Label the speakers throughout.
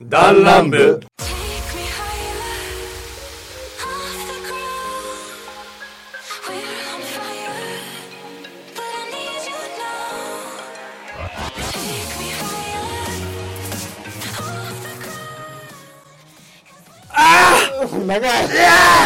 Speaker 1: ダンランブ
Speaker 2: Take me higher, off the ground. We're on fire, but I need you now. Take me higher, off the ground.
Speaker 3: 長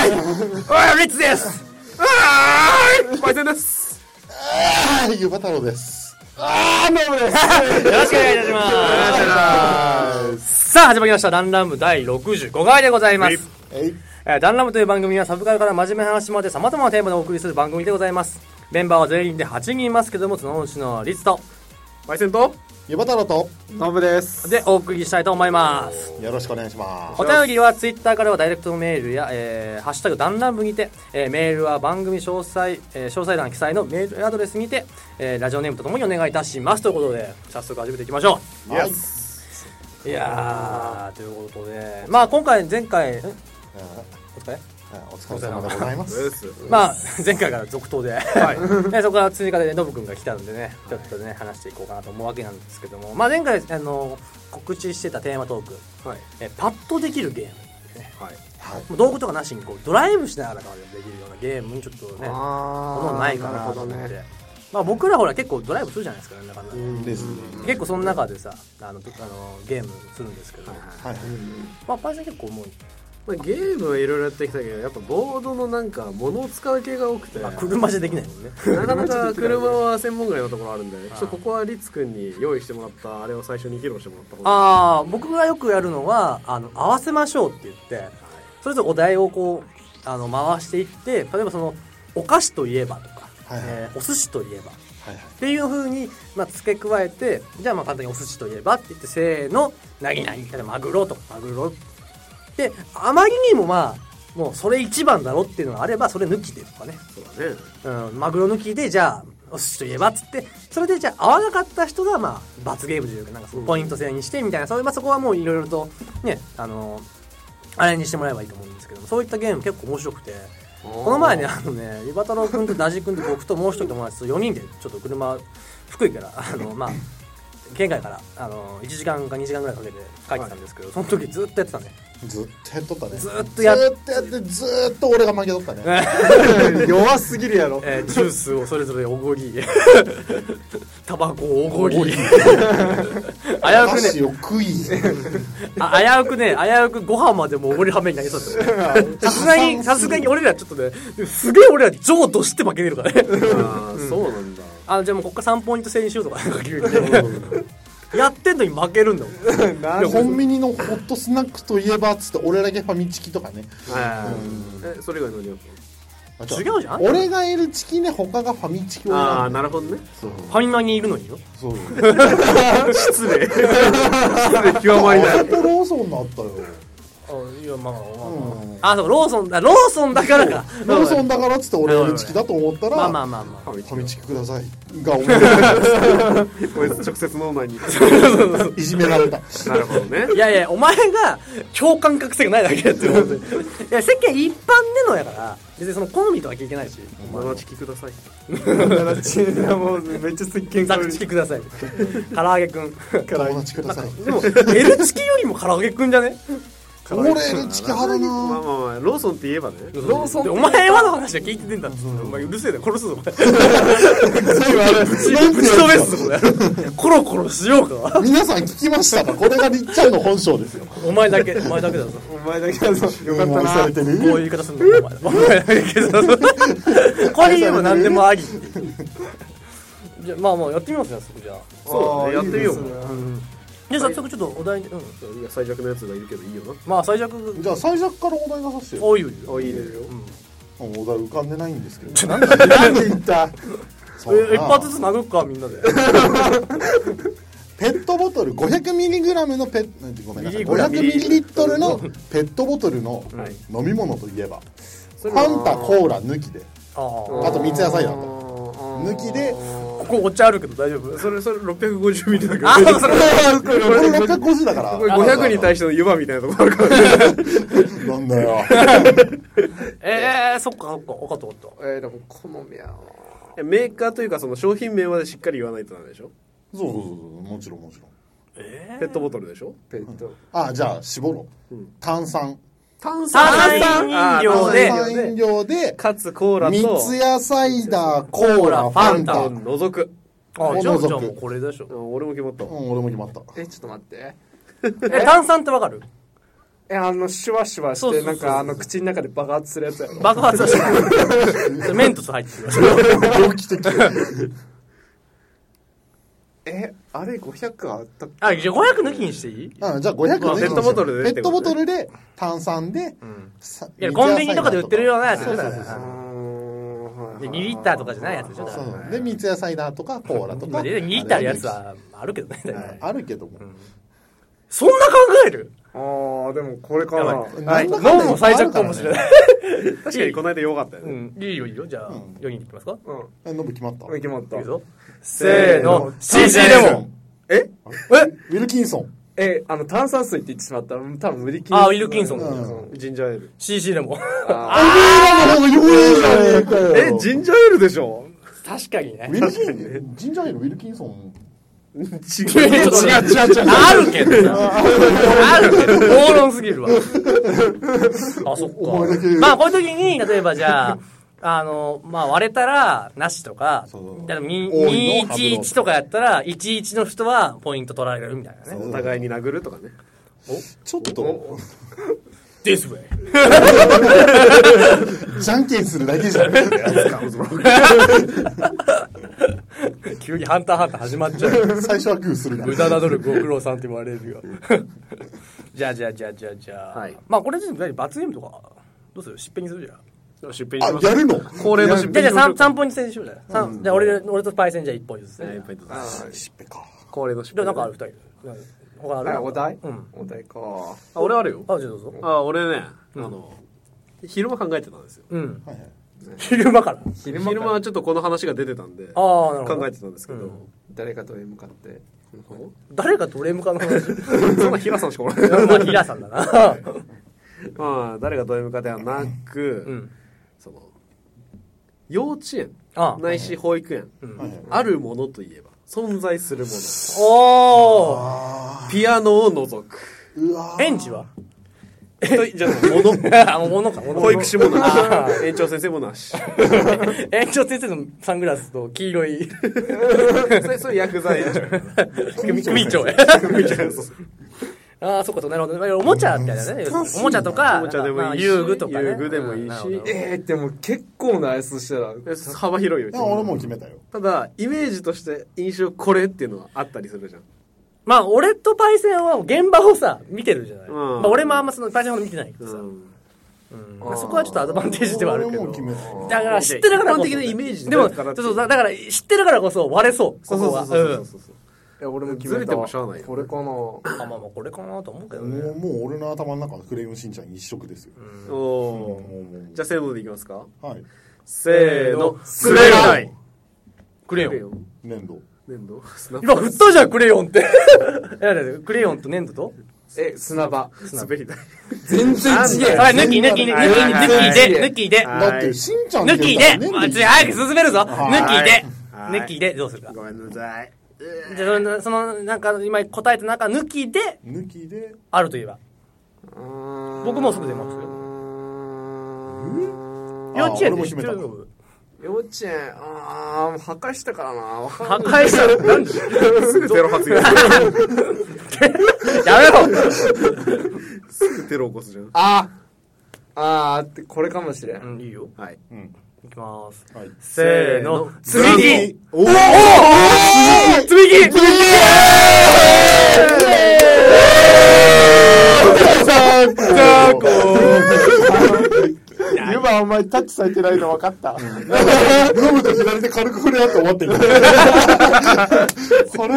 Speaker 3: い
Speaker 1: おいリッツですあーいパイセンです
Speaker 3: あーゆば太郎ですああノブです
Speaker 1: よろしくお願いいたしますさあ始まりました「ダンランブ」第65回でございます、
Speaker 3: えい
Speaker 1: えーダンラムという番組はサブカルから真面目な話まで様々なテーマでお送りする番組でございます。メンバーは全員で8人いますけども、そのうちのリスト
Speaker 4: バイセンと
Speaker 3: ゆば太郎と
Speaker 4: ノブです
Speaker 1: でお送りしたいと思います。
Speaker 3: よろしくお願いしま
Speaker 1: お便りはツイッターからはダイレクトメールや、えーハッシュタグダンラムにて、えーメールは番組詳細、えー詳細欄記載のメールアドレスにて、えーラジオネームとともにお願いいたします。ということで、早速始めていきましょ
Speaker 3: す
Speaker 4: イエ
Speaker 3: はい
Speaker 4: ス
Speaker 1: う。いやー、ということで、まあ今回、前回、んお疲れ
Speaker 3: あお疲れ様でございます
Speaker 1: まあ、前回から続投で、 ねそこから追加でねノブ君が来たんでね、ちょっとね、話していこうかなと思うわけなんですけども、まあ、前回あの告知してたテーマトーク、
Speaker 4: はい
Speaker 1: えパッとできるゲーム、
Speaker 4: はい
Speaker 3: はい
Speaker 1: もう道具とかなしにこうドライブしながらとかでもできるようなゲームにちょっとね、も
Speaker 4: あ
Speaker 1: のないかなと思って、
Speaker 4: ね
Speaker 1: まあ、僕らほら、結構ドライブするじゃないですか、なんだかんだで
Speaker 3: ですね
Speaker 1: 結構その中でさあのあの、ゲームするんですけど、
Speaker 3: はい
Speaker 1: まあ、パイセン結構重い、
Speaker 4: まあ、ゲームはいろいろやってきたけどやっぱボードのなんか物を使う系が多くて
Speaker 1: まあ、車じゃできないもんね。
Speaker 4: なかなか車は専門外のところあるんでちょっとここはリツくんに用意してもらったあれを最初に披露してもらった方が
Speaker 1: ああ僕がよくやるのはあの合わせましょうって言ってそれぞれお題をこうあの回していって例えばそのお菓子といえばとか、
Speaker 3: はいはい
Speaker 1: えーお寿司といえばっ
Speaker 3: はいはい
Speaker 1: ていうふうに、まあ、付け加えてじゃあまあ簡単にお寿司といえばって言ってせーのなぎなぎ例えばマグロとかマグロであまりにもまあもうそれ一番だろっていうのがあればそれ抜きでとかね
Speaker 4: そうだね
Speaker 1: うん、マグロ抜きでじゃあお寿司といえばっつってそれでじゃあ合わなかった人がまあ罰ゲームというかなんかそのポイント制にしてみたいな、そういうまあ、そこはもういろいろとねあのあれにしてもらえばいいと思うんですけどもそういったゲーム結構面白くてこの前ねあのねリバタロウ君とダジ君と僕ともう一人友達と4人でちょっと車福井からあのまあ県外からあの1時間か2時間ぐらいかけて帰ってたんですけど、その時ずっとやってたね
Speaker 3: ずっとやっとったね
Speaker 1: ずっとやっ
Speaker 3: ずっとやってずっと俺が負けとったね
Speaker 4: 弱すぎるやろ
Speaker 1: えージュースをそれぞれおごり タバコをおごり 危
Speaker 3: お菓子を
Speaker 1: うくね
Speaker 3: 食い
Speaker 1: あ危うくね危うくご飯までもおごりはめになりそうだったねさすがにさすがに俺らちょっとねすげえ俺ら譲渡して負けてるからね
Speaker 4: あーそうなんだ
Speaker 1: あじゃあもうこっから3ポイント制にしようとかなんか急にね やってんのに負けるんだもん
Speaker 3: でコンビニのホットスナックといえばっつって俺だけファミチキとかね
Speaker 4: はいえそれ以外何を
Speaker 3: あ
Speaker 1: 違うじゃん
Speaker 3: 俺がいるチキね他がファミチキを
Speaker 4: ああ
Speaker 3: 選んだ
Speaker 4: なるほどね
Speaker 3: そう
Speaker 1: ファミマにいるのによ
Speaker 3: そう
Speaker 4: 失礼失礼 極まりな
Speaker 3: あ
Speaker 4: い
Speaker 3: れとローソンのあ ったよ
Speaker 1: あいやまあまあまあ、
Speaker 3: うん
Speaker 1: あそうローソンだローソンだからか
Speaker 3: ローソンだからっつって俺がファミチキだと思ったら
Speaker 1: まあまあまあまあ
Speaker 3: ファミチキくださいが 俺
Speaker 4: こいつ直接脳内に
Speaker 3: いじめられた
Speaker 4: なるほどね
Speaker 1: いやいや、お前が共感覚醒がないだけだって思って。いや、世間一般でのやから、別にその好みとは聞いてないし、
Speaker 4: マナチキください
Speaker 5: もうめっちゃ石鹸
Speaker 1: ザ
Speaker 5: か
Speaker 1: ク
Speaker 5: ぶ
Speaker 1: チキ
Speaker 5: り
Speaker 1: ください。唐揚げくん。
Speaker 3: 友達ください
Speaker 1: でも、L チキよりも唐揚げくんじゃね
Speaker 3: 俺 L チキ派だ
Speaker 4: まあまあ
Speaker 3: な
Speaker 4: まあローソンって言えばね
Speaker 1: ローソン。お前はの話は聞いててんだっつってお前うるせえだよ、殺すぞ、お前。
Speaker 3: なんて
Speaker 1: ぶち
Speaker 3: 言わ
Speaker 1: 止
Speaker 3: れ
Speaker 1: め
Speaker 3: た
Speaker 1: っすぞ、これ。コロコロしようか。
Speaker 3: 皆さん聞きましたかこれがりっちゃんの本性ですよ
Speaker 1: お前だけ、お前だけだぞ。
Speaker 5: お前だけだぞよかっ
Speaker 3: 愛されて
Speaker 1: こう
Speaker 3: る
Speaker 1: いう言い方すんのお前。お前だけだぞ。これ言えば何でもありっていう。じゃあ、まあまあ、やってみますね、そこじゃあ。
Speaker 4: そうだねやってみよう
Speaker 1: じゃあ、早速ちょっとお題に、うん。
Speaker 4: いや最弱のやつがいるけどいいよな
Speaker 1: まあ、最弱、
Speaker 3: じゃあ最弱からお題出させてよ
Speaker 1: 多いより。
Speaker 4: あいいねよ
Speaker 3: お題浮かんでないんですけど
Speaker 5: なんで言った
Speaker 3: そうだな
Speaker 1: え一発ずつ殴っかみんなで
Speaker 3: ペットボトル 500mg のペッなんてごめんなさい
Speaker 1: ミリグラム
Speaker 3: 500ml のペットボトルの
Speaker 4: はい
Speaker 3: 飲み物といえばファンタコーラ抜きで
Speaker 1: ああ
Speaker 3: あと三ツ矢サイダーと
Speaker 4: 抜
Speaker 3: 抜きで
Speaker 1: ここお茶あるけど大丈 夫
Speaker 4: それそれ650ミリだけど
Speaker 1: あそうそれ
Speaker 4: これ
Speaker 3: これ650だから
Speaker 4: これ500に対しての湯葉みたいなとこあるから
Speaker 3: してなんだよ
Speaker 1: えー、そっかそっか分かった分かっ
Speaker 4: えーでも好みやメーカーというかその商品名までしっかり言わないとダメでしょ
Speaker 3: そうそうそうそうもちろんもちろん
Speaker 4: ペットボトルでしょ
Speaker 5: ペット
Speaker 3: あじゃあ絞ろう、炭酸
Speaker 4: 炭
Speaker 1: 炭酸飲料で
Speaker 3: 炭酸飲料で
Speaker 5: かつコーラと
Speaker 3: 三ツ矢サイダーコーラファンタ
Speaker 1: ファ
Speaker 4: を
Speaker 3: うん
Speaker 4: 除く
Speaker 1: あじゃ
Speaker 3: お
Speaker 1: あ
Speaker 3: のぞく
Speaker 1: じゃあもうこれでしょ
Speaker 4: 俺も決まったわ
Speaker 3: 俺も決まった
Speaker 5: えちょっと待って
Speaker 1: え炭酸ってわかる
Speaker 5: えあのシュワシュワ
Speaker 1: そ
Speaker 5: し
Speaker 1: うそう
Speaker 5: て
Speaker 1: そう
Speaker 5: なんかあの口の中で爆発するやつやろ
Speaker 1: 爆発はしないメントス入ってるよ
Speaker 3: 猟奇的
Speaker 5: えあれ500あったっ
Speaker 1: あじゃあ500抜きにしていい
Speaker 3: うんじゃあ500
Speaker 4: まあ
Speaker 3: ね
Speaker 4: ペットボトルで
Speaker 3: ペットボトルで炭酸で、さ
Speaker 1: いやコンビニとかで売ってるようなやつでしょ
Speaker 3: そうそうそうそう
Speaker 1: だ
Speaker 5: け
Speaker 1: か
Speaker 5: うーん
Speaker 1: らで2リッターとかじゃないやつでしょだから
Speaker 3: そうで三ツ矢サイダーとかコーラとか
Speaker 1: で2リッターのやつはあるけどね大
Speaker 3: はい
Speaker 1: 体
Speaker 3: あるけども、
Speaker 1: そんな考える
Speaker 5: あーでもこれか
Speaker 1: や
Speaker 5: な
Speaker 1: ばい
Speaker 3: なんだかんだ
Speaker 1: 脳も最弱かもしれない
Speaker 4: 確かにこの間よかったよ
Speaker 1: う
Speaker 4: ね
Speaker 1: んいいよいいよじゃあ4人でいきますか
Speaker 5: うん
Speaker 3: えノブ決まった
Speaker 5: 俺決まっ
Speaker 1: い
Speaker 5: た
Speaker 1: くぞせーの CC
Speaker 5: え
Speaker 1: レモン
Speaker 5: え
Speaker 3: ウィルキンソン
Speaker 5: えあの炭酸水って言ってしまったら多分ウィルキンソン
Speaker 1: あウィルキンソンだ
Speaker 3: うん
Speaker 4: ジンジャーエール
Speaker 1: CC レモン
Speaker 3: ああ弱えじゃねえかよ
Speaker 4: えジンジャーエールでしょ
Speaker 1: 確かにね
Speaker 3: ウィルキンジンジャーエールウィルキンソン
Speaker 1: 違う違う違うあるけどなあるけど暴論すぎるわあそっ
Speaker 3: お前だけ
Speaker 1: かまあこういう時に例えばじゃああのまあ割れたらなしとか
Speaker 3: そう
Speaker 1: だから
Speaker 3: 多いの
Speaker 1: 211とかやったら11の人はポイント取られるみたいなね
Speaker 4: お互いに殴るとかね
Speaker 3: ちょっと
Speaker 1: This way
Speaker 3: じゃんけんするだけじゃん
Speaker 1: 急にハンターハンター始まっちゃう
Speaker 3: 最初はグーするな
Speaker 1: 無駄な努力ご苦労さんって言われるよ じゃあじゃあじゃあじゃあじゃあ、
Speaker 4: はい
Speaker 1: まあこれ全部罰ゲームとかどうする失敗にするじゃん
Speaker 4: 出品し
Speaker 3: あ
Speaker 4: ます
Speaker 3: やるの
Speaker 4: 恒例の出
Speaker 1: じ
Speaker 4: 品
Speaker 1: ゃあじゃあ 3, 三本にせんでしょうじゃあ三、じゃあ俺俺とパイセンじゃあ1本ずつね、
Speaker 3: しっぺか
Speaker 4: 恒例の失
Speaker 1: じゃ
Speaker 4: 敗
Speaker 1: あなんかある2人なんか他ある
Speaker 5: あお題
Speaker 1: うん
Speaker 5: お題か
Speaker 4: あ俺あるよ
Speaker 1: あじゃあどうぞ
Speaker 4: あ俺ねあの昼間考えてたんですよ
Speaker 1: うん
Speaker 3: はいはい
Speaker 1: 昼間から
Speaker 5: 昼
Speaker 4: 昼間はちょっとこの話が出てたんで
Speaker 1: ああなるほど
Speaker 4: 考えてたんですけ
Speaker 1: う
Speaker 4: ど
Speaker 1: ん
Speaker 5: 誰かと向かってこの子
Speaker 1: 誰がドレムか の話
Speaker 4: そんな平さんしかおらない
Speaker 1: まあ平さん だな
Speaker 4: まあ誰がどういう向かではなく、
Speaker 1: うん
Speaker 4: その幼稚園
Speaker 1: あ
Speaker 4: ないし保育園、あるものといえば存在するもの
Speaker 1: おー
Speaker 4: ピアノを除く
Speaker 3: うわー
Speaker 1: 園児は
Speaker 4: といじゃあもの
Speaker 1: あ物か物
Speaker 4: 保育士もな
Speaker 1: あ
Speaker 4: し園長先生もなし
Speaker 1: 園長先生のサングラスと黄 色い
Speaker 4: それそれ薬剤 園長
Speaker 1: 組組長や ああそっかそうなるほどねおもちゃみたいなねおもちゃとか
Speaker 4: おもちゃでもいいし
Speaker 1: なんかまあ遊具とかね
Speaker 4: 遊具でもいいし
Speaker 1: なるほど
Speaker 5: えー、でも結構なやつしたら
Speaker 4: え幅広いよ
Speaker 3: いや俺もう決めたよ
Speaker 4: ただイメージとして印象これっていうのはあったりするじゃん
Speaker 1: まあ、俺とパイセンは現場をさ、見てるじゃない。
Speaker 4: ん
Speaker 1: まあ、俺もあんまその、パイセンほど見てないけどさ。まあそこはちょっとアドバンテージではあるけ
Speaker 3: 俺も
Speaker 1: ど
Speaker 3: う。決めたよ
Speaker 1: だから知ってるからこそ。
Speaker 4: 一般的なイメージ
Speaker 1: でも、
Speaker 4: だからって
Speaker 1: そうそう、だから知ってるからこそ割れそう。ここは。うん。
Speaker 4: そうそう
Speaker 5: え俺も決めた
Speaker 4: ずれてもしゃあないよ
Speaker 5: これかな
Speaker 1: あまあまあ、これかなと思うけど
Speaker 3: も
Speaker 1: ね。
Speaker 3: うもう俺の頭の中はクレヨンしんちゃん一色ですよ
Speaker 4: お
Speaker 3: も
Speaker 4: お
Speaker 3: うもう
Speaker 4: じゃあせーのでいきますか
Speaker 3: はい
Speaker 4: せーの
Speaker 1: クレヨンクレ
Speaker 4: クレ
Speaker 1: ヨ
Speaker 4: ヨ
Speaker 1: ン。
Speaker 4: ン
Speaker 3: 粘土
Speaker 4: 粘土砂
Speaker 1: 今振ったじゃん、クレヨンって。いやいやクレヨンと粘土と
Speaker 5: え砂場
Speaker 4: 滑り台
Speaker 5: 全然
Speaker 1: あれ、抜き、抜き、抜き、
Speaker 3: はい
Speaker 4: はいはい
Speaker 1: 抜きで、抜きで、
Speaker 4: はい
Speaker 3: だってしんちゃん
Speaker 1: 抜きで、もうちょい早く進めるぞ。抜きで、
Speaker 4: はい
Speaker 1: 抜きで、どうするか。
Speaker 4: ごめんなさい
Speaker 1: じゃあその、その、なんか今答えた中、抜きで、
Speaker 3: 抜きで
Speaker 1: あるといえば。僕
Speaker 5: 僕
Speaker 1: もうすぐ出ますよ幼稚園で知ってるの
Speaker 5: 幼稚園ああ破壊したからなわかん
Speaker 1: 破壊したのなんです
Speaker 4: ぐテロ発言
Speaker 1: やめろ
Speaker 4: すぐテロ起こすじゃん
Speaker 5: あーあーってこれかもしれん
Speaker 1: うん、いいよ。
Speaker 4: はい
Speaker 1: いきます。
Speaker 3: はい
Speaker 1: せーの、
Speaker 4: せ
Speaker 1: 積
Speaker 4: ーの
Speaker 1: み
Speaker 4: 積
Speaker 1: 木
Speaker 3: おお
Speaker 1: 積み木
Speaker 5: 湯葉お前タッチされてないの分か った
Speaker 3: ノブと左で軽く触れ合って終わってる これ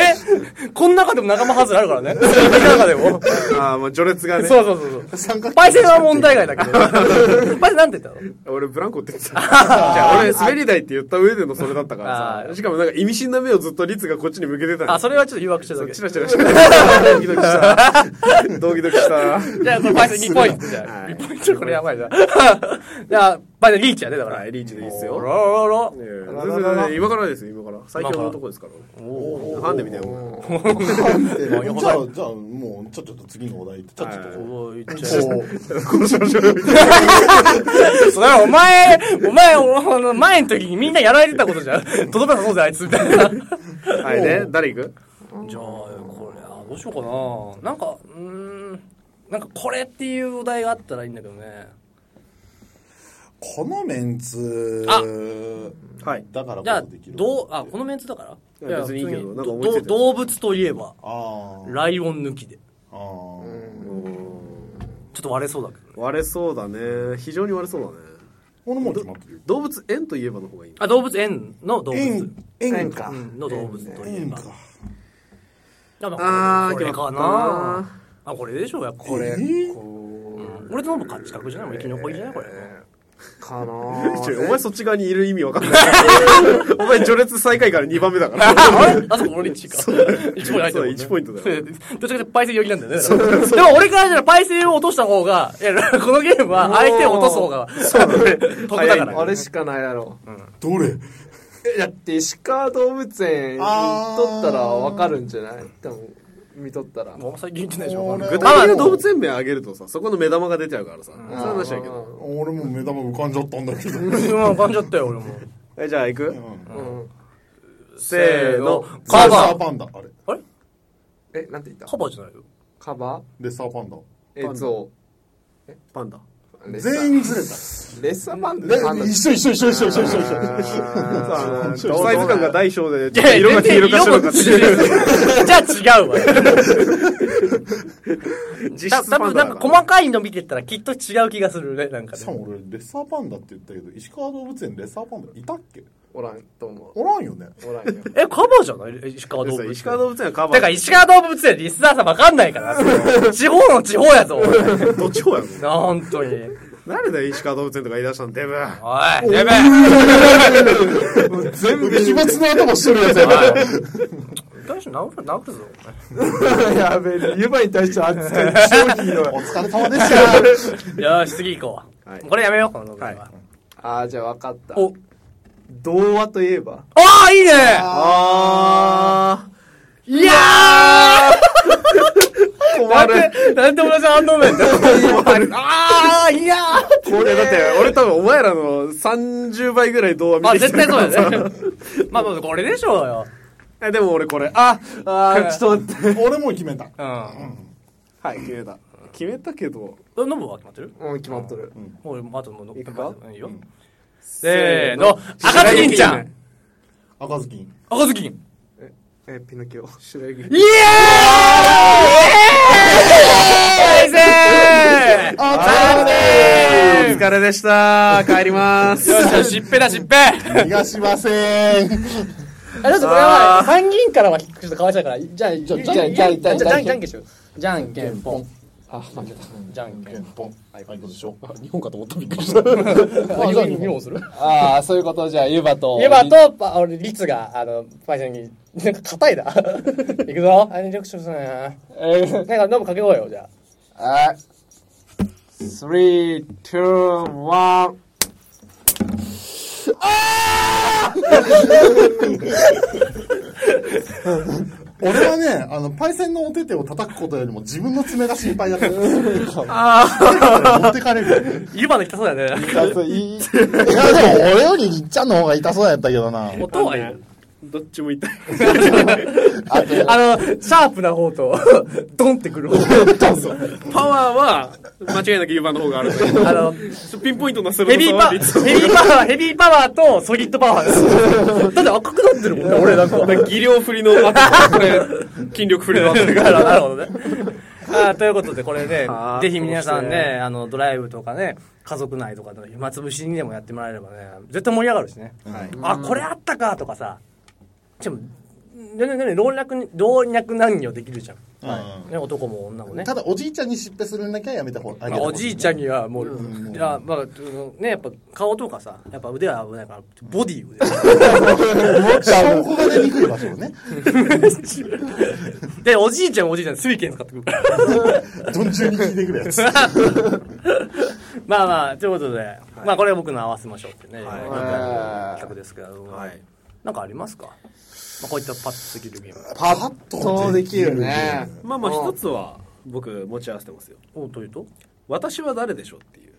Speaker 1: えこん中でも仲間外れあるからね。積み木の中でも。
Speaker 4: ああもう序列がね
Speaker 1: そうそうそうそう。
Speaker 3: 三角
Speaker 1: パイセンは問題外だけど。パイセンなんて言ったの
Speaker 4: 俺ブランコって言ってたじゃあ俺滑り台って言った上でのそれだったから
Speaker 1: あ
Speaker 4: さしかもなんか意味深な目をずっと律がこっちに向けてたの
Speaker 1: あ、それはちょっと誘 惑してただけ。
Speaker 4: チラチラしてたドキドキしたドキドキした
Speaker 1: じゃあ、これパイセン2ポイントじゃあ。
Speaker 4: はい
Speaker 1: 1ポイントこれやばいな。じゃあ、バイリーチやね、だから。
Speaker 4: はいリーチでいいっすよ
Speaker 1: おろろろ
Speaker 4: ねえ
Speaker 3: あらららら
Speaker 4: 全然今からですよ今から最強のとこですからハンデみたいなもん
Speaker 3: じゃあじゃあじゃあもうちょっと次のお題ちょっとこ
Speaker 1: おいちょ
Speaker 3: うこ
Speaker 1: それはお前、お前、おの前の時にみんなやられてたこと じゃん。とどめたそうぜ、あいつ、みたいな。じゃあ、
Speaker 4: はいね誰行く
Speaker 1: これ、あどうしようかな。なんか、うーん、なんかこれっていうお題があったらいいんだけどね。
Speaker 3: うこのメンツ
Speaker 1: あ
Speaker 4: はい
Speaker 3: だからこ
Speaker 1: じゃあ
Speaker 3: そでき、る
Speaker 1: どう、あ、このメンツだか
Speaker 4: い
Speaker 1: ら
Speaker 4: や別にいいけどなんか思いつい
Speaker 1: ど
Speaker 4: てる
Speaker 1: 動物といえば、
Speaker 3: あー
Speaker 1: ライオン抜きで。
Speaker 3: あー
Speaker 1: ちょっと割れそうだけどね。
Speaker 4: 割れそうだね非常に割れそうだね
Speaker 3: 俺もう決まってるよ
Speaker 4: 動物園といえばの方がいい
Speaker 1: あ、動物園の動物。
Speaker 3: 円円か
Speaker 1: うんの動物といえ
Speaker 3: 円
Speaker 1: ば。
Speaker 3: か
Speaker 1: だから
Speaker 4: あー
Speaker 1: これか
Speaker 4: 決ま
Speaker 1: なあ、これでしょうや、こ
Speaker 3: え
Speaker 1: れ。
Speaker 3: ー
Speaker 1: 俺とノブ勝ち確じゃないもん生き残りじゃないこれ。
Speaker 5: かな
Speaker 4: ち
Speaker 5: ぁ
Speaker 4: ょお前そっち側にいる意味わ かんないお前序列最下位から2番目だ から
Speaker 1: ああそこ俺1か。1ポイント入ってるもんね
Speaker 4: そう1ポイント だよ
Speaker 1: どっちかというとパイセン寄りなんだよね。だからでも俺からしたらパイセンを落とした方が、いや、 このゲームは相手を落とす方が、得
Speaker 4: 早
Speaker 1: だか
Speaker 4: い
Speaker 1: ら。
Speaker 5: あれしかないだろう
Speaker 3: どれ
Speaker 5: えだって石川動物園
Speaker 3: あー
Speaker 5: 行っとったらわかるんじゃない多分見とったら
Speaker 1: もう最近言ってないでしょ、わかんない
Speaker 3: 俺
Speaker 4: 具体的な動物園名あげるとさそこの目玉が出ちゃうからさ、そういう話だけど、
Speaker 3: 俺も目玉浮かんじゃったんだけど
Speaker 1: うん、感じちゃったよ、俺も。
Speaker 4: えじゃあ行く、
Speaker 5: うん
Speaker 4: せーの
Speaker 1: カ
Speaker 3: レッサ
Speaker 1: バ
Speaker 3: ー
Speaker 1: ー。
Speaker 3: パンダあれ
Speaker 1: あれ
Speaker 5: えなんて言った
Speaker 1: カバーじゃないよ。
Speaker 5: カバ
Speaker 3: レッサーパンダ
Speaker 5: エゾ
Speaker 4: パンダ
Speaker 5: ウレッサ
Speaker 3: 全員ずれた
Speaker 5: レッサーパンダパン
Speaker 3: で
Speaker 5: ダ
Speaker 3: 一緒一緒一緒一緒一緒一緒一緒
Speaker 4: サイズ感が大小で
Speaker 1: いや、
Speaker 4: 色が黄色
Speaker 1: 全
Speaker 4: か白
Speaker 1: 然
Speaker 4: かっていう
Speaker 1: 色もじゃあ違う わ。
Speaker 4: 実
Speaker 1: た
Speaker 4: 質パ
Speaker 1: 多
Speaker 4: ンダ
Speaker 1: 分
Speaker 4: だか
Speaker 1: なん
Speaker 4: ら
Speaker 1: か細かいの見てったらきっと違う気がするね、なんか
Speaker 3: しか
Speaker 1: ね。
Speaker 3: も俺レッサーパンダって言ったけど石川動物園レッサーパンダいたっけ
Speaker 5: おらんと思
Speaker 3: おらんよ ね
Speaker 5: うおらんよ
Speaker 1: え、カバーじゃない石川動物園。
Speaker 4: 石川動物園はカバー
Speaker 1: だから石川動物園リスナーさんわかんな いから。地方の地方やぞ、俺
Speaker 4: どっち方やもん
Speaker 1: 本当に。
Speaker 4: 誰だよ石川動物園とか言い出したのデブ
Speaker 1: おい、やべえ。
Speaker 3: 全部飛沫の頭してるやつや
Speaker 1: 大丈夫、治る、治るぞ。
Speaker 5: やべえ湯葉に対して扱い
Speaker 3: お疲れ様でした
Speaker 1: よーし、次行こう。
Speaker 4: はい
Speaker 1: これやめよう、この動画は。
Speaker 5: ああじゃあわかった
Speaker 1: お、
Speaker 5: 童話といえば
Speaker 1: ああ、いいね
Speaker 4: あ
Speaker 1: い
Speaker 4: ー
Speaker 1: やーな
Speaker 4: 困
Speaker 1: ん
Speaker 4: る
Speaker 1: で、なんで俺さん反応ないんだよ。ああ、いやー
Speaker 4: これだって俺多分お前らの30倍ぐらい動画
Speaker 1: まあ
Speaker 4: 見て
Speaker 1: 絶
Speaker 4: きて
Speaker 1: 対
Speaker 4: る
Speaker 1: そうだよね。まあまあ、これでしょうよ。
Speaker 4: えでも俺これあ
Speaker 5: あーちょっと待って
Speaker 3: 俺もう決めた
Speaker 1: うん。
Speaker 4: はい決めた決めたけど
Speaker 1: ノブは決まってる
Speaker 5: もう決まっとる
Speaker 1: もう、あともう、
Speaker 5: いくか
Speaker 1: いいよ。せーの、赤ずきんちゃん
Speaker 3: 赤ずきん
Speaker 1: 赤ずきん
Speaker 5: えピノキオ
Speaker 4: 白雪
Speaker 1: イエーイイエーイ
Speaker 3: あ疲
Speaker 4: お疲れでした帰ります
Speaker 1: よしよし、しっぺだ、しっぺあ、
Speaker 3: れ逃がしません
Speaker 1: ちょっとこれは、参議院からは、ちょっとかわいそうだから、じゃあ、じゃあ、じゃあ、じゃあ、じゃあ、じゃんけんしよう。じゃんけんぽん。あ、負けた。じゃんけんぽん。
Speaker 3: はいこうでしょ日本かと思ったびっくりした
Speaker 1: あ、じゃあ、2本する
Speaker 5: ああそういうことじゃあ湯葉と
Speaker 1: エヴァとパ、俺、リツが、あの、パイセンに、なんか硬いな。いくぞ。あ、リアクションするな。
Speaker 5: えー
Speaker 1: なんか、ノブかけようよ、じゃ
Speaker 5: あ、three, two, one.
Speaker 3: 俺はねあのパイセンのお手手を叩くことよりも自分の爪が心配だったああ持ってかれる
Speaker 1: あ。湯葉の痛そうだよね。
Speaker 3: いやでも俺よりりっちゃんの方が痛そうやったけどな
Speaker 1: 音はいい。
Speaker 4: どっちも痛い
Speaker 3: あと
Speaker 1: あの、シャープな方と、ドンってくる方。
Speaker 4: パワーは間違いなく番の方があるんだ けど
Speaker 1: あの、
Speaker 4: ピンポイントの鋭
Speaker 1: ヘビー
Speaker 4: さは
Speaker 1: パ、ヘビーパワー、ヘビーパワーとソリッドパワーです。だって赤くなってるもんね、俺なんか。
Speaker 4: 技量振りの後これ筋力振りの後だから
Speaker 1: なるほどね。あーということで、これね
Speaker 4: あ、ー
Speaker 1: ぜひ皆さんね、あの、ドライブとかね、家族内とかの暇つぶしにでもやってもらえればね、絶対盛り上がるしね。あ、これあったかとかさ、でも、ななな老若に老若男女できるじゃん、
Speaker 3: は
Speaker 1: ね、男も女もね
Speaker 3: ただおじいちゃんに失敗するんだけはやめてほあげ
Speaker 1: ま
Speaker 3: て
Speaker 1: あ、
Speaker 3: ほ
Speaker 1: お
Speaker 3: しい
Speaker 1: じいちゃんにはもう、いやまあそのねやっぱ顔とかさやっぱ腕は危ないからボディ腕
Speaker 3: 証拠が出にくい場所をね
Speaker 1: でおじいちゃんはおじいちゃんで水拳使ってくるから
Speaker 3: どん中に聞いてくるやつ
Speaker 1: まあまあということで、まあこれは僕の合わせましょうってね、なんか
Speaker 5: はい
Speaker 1: 企画ですけど、
Speaker 4: はい
Speaker 1: なんかありますか、まあ、こういったパッとできるゲーム
Speaker 3: パッ
Speaker 5: そうできるね
Speaker 4: まあまあ
Speaker 5: うん
Speaker 4: 一つは僕持ち合わせてますよ
Speaker 1: おというと
Speaker 4: 私は誰でしょうっていう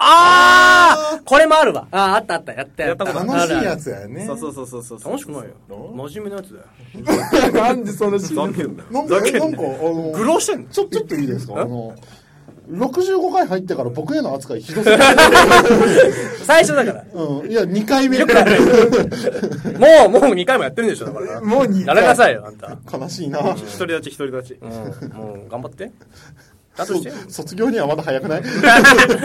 Speaker 1: ああこれもあるわあーあったあったやったやった
Speaker 4: やったこと
Speaker 3: 楽しいや
Speaker 1: つ
Speaker 3: つやね
Speaker 4: そうそうそうそうそう
Speaker 1: 楽しくないよ
Speaker 4: マ
Speaker 1: 真面目なやつだよ
Speaker 5: なんでそんな
Speaker 4: ジざけんなよ
Speaker 3: なんか、なんか、あの、
Speaker 1: 愚弄してんの
Speaker 3: ちょ、ちょっといいですかあの、65回入ってから僕への扱いひどすぎる。
Speaker 1: 最初だから
Speaker 3: うん。いや、2回目。
Speaker 1: もうもう2回もやってるんでしょだから
Speaker 5: もう2
Speaker 1: やめなさいよあんた
Speaker 3: 悲しいな。
Speaker 4: 一人立ち一人立ち
Speaker 1: うんもう頑張って。だとして。
Speaker 3: 卒業にはまだ早くない